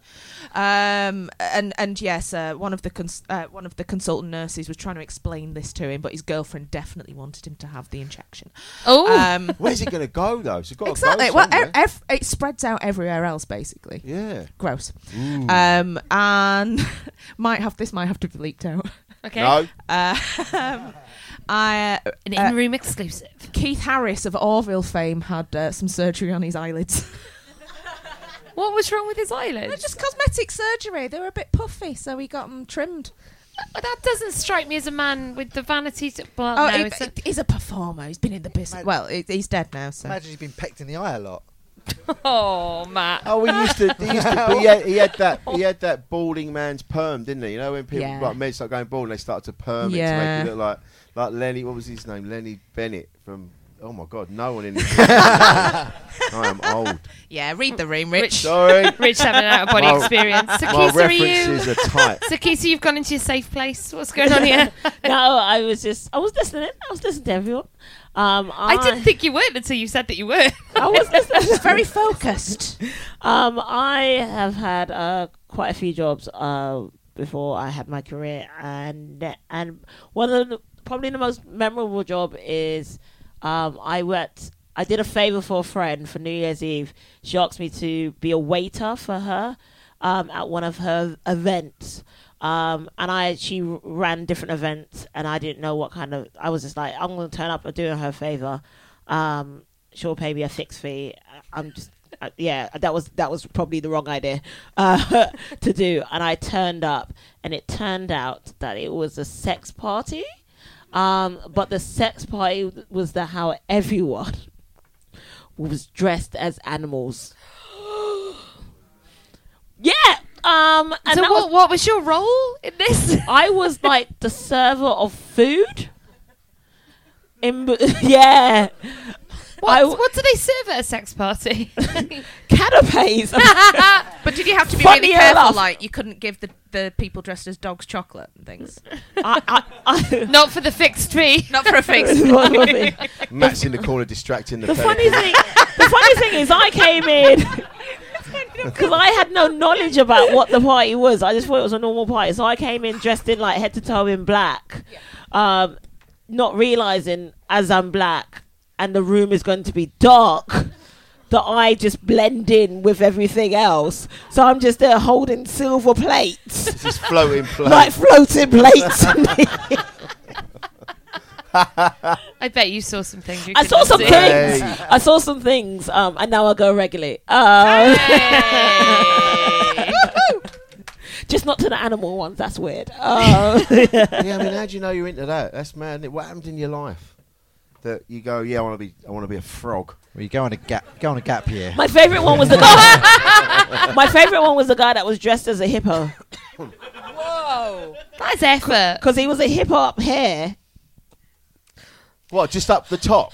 Speaker 10: Um, and and yes, uh, one of the cons- uh, one of the consultant nurses was trying to explain this to him, but his girlfriend definitely wanted him to have the injection.
Speaker 5: Oh.
Speaker 10: Um,
Speaker 2: Where's it going to go, though? So it's got to
Speaker 10: exactly.
Speaker 2: go
Speaker 10: Well,
Speaker 2: somewhere.
Speaker 10: ev- ev- it spreads out everywhere else, basically.
Speaker 2: yeah.
Speaker 10: Gross.
Speaker 2: Ooh.
Speaker 10: Um, and might have this might have to be leaked out.
Speaker 5: okay.
Speaker 2: No.
Speaker 10: Uh, um, I, uh,
Speaker 5: An
Speaker 10: uh,
Speaker 5: in-room exclusive.
Speaker 10: Keith Harris of Orville fame had uh, some surgery on his eyelids.
Speaker 5: What was wrong with his
Speaker 10: They're
Speaker 5: eyelids?
Speaker 10: just cosmetic surgery. They were a bit puffy, so he got them trimmed.
Speaker 5: Uh, That doesn't strike me as a man with the vanity. To, well,
Speaker 10: Oh,
Speaker 5: no,
Speaker 10: he-
Speaker 5: it's a-
Speaker 10: he's a performer. He's been in the business. Well, he- he's dead now, so.
Speaker 1: Imagine he's been pecked in the eye a lot.
Speaker 5: oh, Matt.
Speaker 2: Oh, he used to. He used to. But he, had, he had that. He had that balding man's perm, didn't he? You know when people
Speaker 10: Yeah.
Speaker 2: like men start going bald, and they start to perm it to
Speaker 10: Yeah.
Speaker 2: make you look like like Lenny. What was his name? Lenny Bennett from
Speaker 10: Oh my God! No one in. this I am old.
Speaker 3: Yeah, read the room, Rich.
Speaker 10: Sorry.
Speaker 5: Rich having an out of body
Speaker 10: My-
Speaker 5: experience.
Speaker 10: my
Speaker 5: Sakisa, are you?
Speaker 10: references are tight.
Speaker 5: Sakisa, you've gone into your safe place. What's going on here?
Speaker 11: no, I was just I was listening. I was listening to everyone. Um,
Speaker 5: I didn't think you would until you said that you were.
Speaker 11: I was very focused. Um, I have had uh, quite a few jobs uh, before I had my career, and and one of the, probably the most memorable job is um, I worked. I did a favor for a friend for New Year's Eve. She asked me to be a waiter for her um, at one of her events. Um, and I, she ran different events, and I didn't know what kind of. I was just like, I'm going to turn up and do her a favor. Um, she'll pay me a fixed fee. I- I'm just, uh, yeah, that was that was probably the wrong idea uh, to do. And I turned up, and it turned out that it was a sex party, um, but the sex party was the how everyone was dressed as animals. Yeah. Um, and
Speaker 5: So
Speaker 11: that
Speaker 5: what- what was your role in this?
Speaker 11: I was like the server of food. In, yeah.
Speaker 5: What, what do they serve at a sex party?
Speaker 11: Canapes.
Speaker 3: but did you have to be really
Speaker 11: Funny
Speaker 3: careful?
Speaker 11: enough.
Speaker 3: Like you couldn't give the, the people dressed as dogs chocolate and things.
Speaker 5: Not for the fixed fee.
Speaker 3: Not for a fixed
Speaker 11: Not for a fee.
Speaker 10: Matt's in the corner distracting the.
Speaker 11: The
Speaker 10: fellow.
Speaker 11: funny thing, the funny thing is, I came in because I had no knowledge about what the party was. I just thought it was a normal party, so I came in dressed in like head to toe in black, um, not realizing as I'm black and the room is going to be dark. That I just blend in with everything else, so I'm just there holding silver plates,
Speaker 10: Just floating plate.
Speaker 11: like floating plates.
Speaker 5: I bet you saw some things. you
Speaker 11: I saw
Speaker 5: couldn't
Speaker 11: some
Speaker 5: see.
Speaker 11: things. I saw some things, um, and now I go regularly. Um, just not to the animal ones. That's weird. Um,
Speaker 10: yeah, I mean, how do you know you're into that? That's mad. isn't it? What happened in your life that you go, yeah, I want to be, I want to be a frog.
Speaker 1: Well, you go on a gap, go on a gap year.
Speaker 11: my favorite one was the guy. my favorite one was the guy that was dressed as a hippo
Speaker 5: Whoa. That's effort.
Speaker 11: because he was a hippo up here.
Speaker 10: What? Just up the top.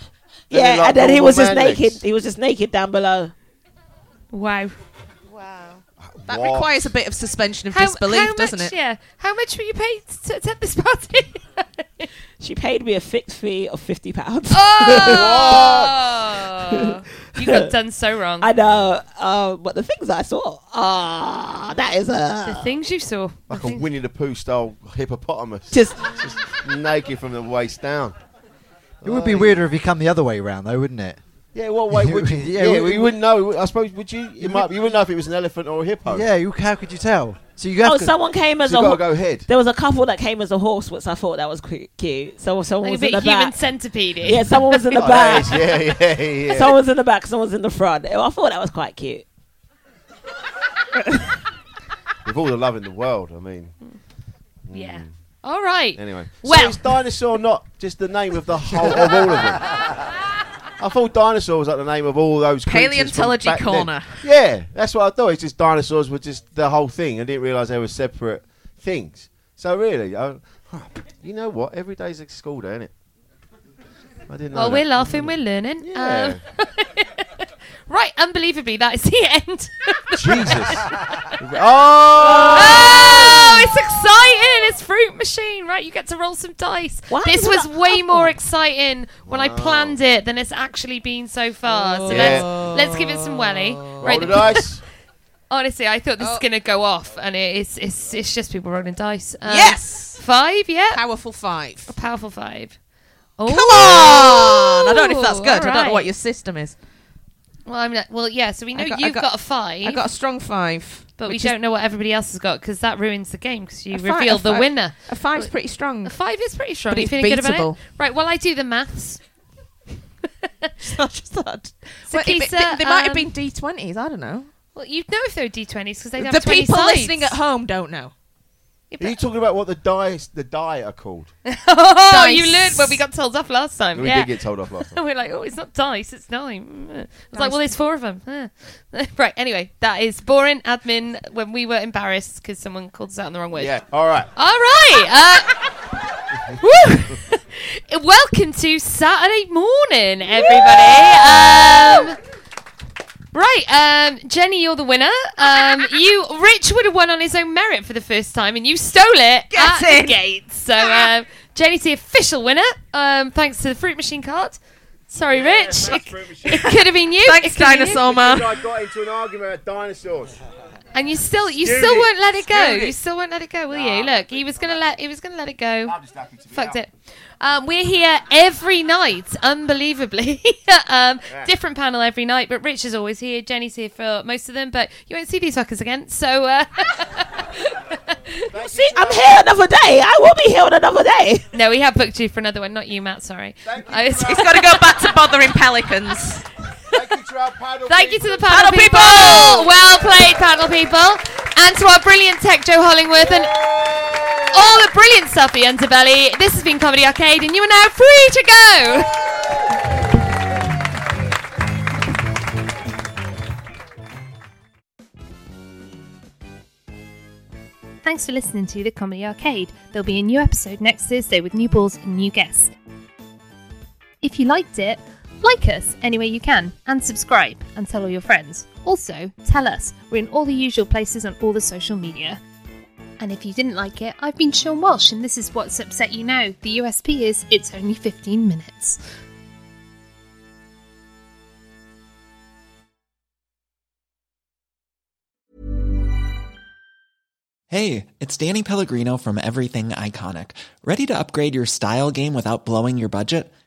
Speaker 10: Then
Speaker 11: Yeah,
Speaker 10: they're like
Speaker 11: and then he
Speaker 10: normal
Speaker 11: was just
Speaker 10: man
Speaker 11: naked.
Speaker 10: legs.
Speaker 11: He was just naked down below.
Speaker 5: Wow.
Speaker 3: That
Speaker 10: What?
Speaker 3: requires a bit of suspension of
Speaker 5: How,
Speaker 3: disbelief,
Speaker 5: how
Speaker 3: doesn't
Speaker 5: much,
Speaker 3: it?
Speaker 5: Yeah. How much were you paid to attend this party?
Speaker 11: She paid me a fixed fee of fifty pounds.
Speaker 5: Oh! you got done so wrong.
Speaker 11: I know, uh, but the things I saw, ah, that is a
Speaker 5: the things you saw.
Speaker 10: Like a Winnie the Pooh style hippopotamus.
Speaker 11: Just,
Speaker 10: naked from the waist down.
Speaker 1: It would be weirder if you come the other way round, though, wouldn't it?
Speaker 10: Yeah, what way would you?
Speaker 1: Yeah,
Speaker 10: Yeah,
Speaker 1: we-
Speaker 10: we,
Speaker 1: we-
Speaker 10: wouldn't know. I suppose would you? You, might, you wouldn't know if it was an elephant or a hippo.
Speaker 1: Yeah, you, how could you tell? So you have
Speaker 11: Oh,
Speaker 1: to-
Speaker 11: someone came as
Speaker 10: So you
Speaker 11: a.
Speaker 10: gotta
Speaker 11: ho-
Speaker 10: go head.
Speaker 11: There was a couple that came as a horse, which I thought that was cu- cute. So someone
Speaker 5: Like a
Speaker 11: was in
Speaker 5: bit
Speaker 11: the
Speaker 5: human
Speaker 11: back.
Speaker 5: centipede.
Speaker 11: Yeah, someone was in the
Speaker 10: Oh,
Speaker 11: back.
Speaker 10: that is- yeah, yeah, yeah.
Speaker 11: Someone's in the back. Someone's in the front. Oh, I thought that was quite cute.
Speaker 10: With all the love in the world, I mean.
Speaker 5: Yeah. All right.
Speaker 10: Hmm. Anyway, so
Speaker 5: Well-
Speaker 10: is dinosaur not just the name of the whole of all of them? I thought dinosaur was like the name of all those creatures from
Speaker 3: Paleontology
Speaker 10: back then.
Speaker 3: corner.
Speaker 10: Yeah, that's what I thought. It's just dinosaurs were just the whole thing. I didn't realise they were separate things. So really, I, you know what? Every day's a school day, isn't it? I didn't know. that.
Speaker 5: Well, Oh, we're laughing, we're learning.
Speaker 10: Yeah.
Speaker 5: Um, right, unbelievably, that is the end.
Speaker 10: Jesus.
Speaker 5: Oh, it's exciting! It's Fruit Machine, right? You get to roll some dice.
Speaker 11: Wow,
Speaker 5: this
Speaker 11: what
Speaker 5: was
Speaker 11: a-
Speaker 5: way more exciting when I planned it than it's actually been so far. So
Speaker 10: Yeah.
Speaker 5: let's let's give it some welly.
Speaker 10: Roll the dice.
Speaker 5: Honestly, I thought this was gonna go off, and it- it's it's it's just people rolling dice. Um,
Speaker 3: Yes!
Speaker 5: five, yeah,
Speaker 3: powerful five,
Speaker 5: a powerful five.
Speaker 3: Come on! I don't know if that's
Speaker 5: Ooh,
Speaker 3: good. I don't know what
Speaker 5: alright.
Speaker 3: your system is.
Speaker 5: Well, I'm not, well, yeah. So we know
Speaker 3: I got- I
Speaker 5: you've got,
Speaker 3: got-
Speaker 5: a five.
Speaker 3: I got a strong five,
Speaker 5: But we
Speaker 3: which is-
Speaker 5: don't know what everybody else has got because that ruins the game because you
Speaker 3: A fi-
Speaker 5: reveal
Speaker 3: a
Speaker 5: the
Speaker 3: fi-
Speaker 5: winner.
Speaker 3: A five's pretty strong.
Speaker 5: A five is pretty strong.
Speaker 3: But
Speaker 5: Are you
Speaker 3: it's
Speaker 5: feeling good about it?
Speaker 3: beatable.
Speaker 5: Right. Well, I do the maths.
Speaker 3: just thought. Well, it-
Speaker 5: Sakisa,
Speaker 3: they, they might
Speaker 5: um,
Speaker 3: have been D twenties. I don't know.
Speaker 5: Well, you'd know if they were d20s because they don't
Speaker 3: The
Speaker 5: have 20
Speaker 3: people
Speaker 5: sides.
Speaker 3: listening at home don't know.
Speaker 10: Are you talking about what the dice, the die are called?
Speaker 5: oh,
Speaker 3: Dice.
Speaker 5: you learned when we got told off last time.
Speaker 10: We
Speaker 5: yeah.
Speaker 10: did get told off last time.
Speaker 5: And we're like, oh, it's not dice, it's nine. I was
Speaker 3: Nice.
Speaker 5: like, well, there's four of them. Eh. right. Anyway, that is boring admin when we were embarrassed because someone called us out on the wrong word.
Speaker 10: Yeah. All right.
Speaker 5: All right. Uh, woo! Welcome to Saturday morning, everybody. Um, right, um, Jenny, you're the winner. Um, you, Rich, would have won on his own merit for the first time, and you stole it at
Speaker 3: in.
Speaker 5: the gates. So, um, Jenny's the official winner. Um, thanks to the fruit machine card. Sorry, Rich. It, it could have been you.
Speaker 3: Thanks,
Speaker 5: It could have been you.
Speaker 3: Dinosaur
Speaker 10: I got into an argument at dinosaurs.
Speaker 5: And you still, you
Speaker 10: Screwed
Speaker 5: still
Speaker 10: it.
Speaker 5: won't let it go.
Speaker 10: Screwed it.
Speaker 5: You still won't let it go, will you? Look, he was gonna let, he was gonna let it go. I'm just happy to
Speaker 10: be
Speaker 5: Fucked it. Um, we're here every night, unbelievably. um,
Speaker 3: Yeah.
Speaker 5: Different panel every night, but Rich is always here. Jenny's here for most of them, but you won't see these fuckers again. So uh,
Speaker 13: See, I'm here another day. I will be here on another day.
Speaker 5: no, we have booked you for another one, not you, Matt. Sorry. I was-
Speaker 3: He's got to go back to bothering pelicans.
Speaker 5: Thank you to the
Speaker 3: Panel
Speaker 5: panel, people.
Speaker 3: people!
Speaker 5: Well played, panel people. And to our brilliant tech, Joe Hollingworth, and all the brilliant stuff at the Underbelly. This has been Comedy Arcade, and you are now free to go. Thanks for listening to the Comedy Arcade. There'll be a new episode next Thursday with new balls and new guests. If you liked it, like us any way you can and subscribe and tell all your friends. Also, tell us. We're in all the usual places on all the social media. And if you didn't like it, I've been Sean Walsh and this is What's Upset You Now. The USP is it's only 15 minutes.
Speaker 4: Hey, it's Danny Pellegrino from Everything Iconic. Ready to upgrade your style game without blowing your budget?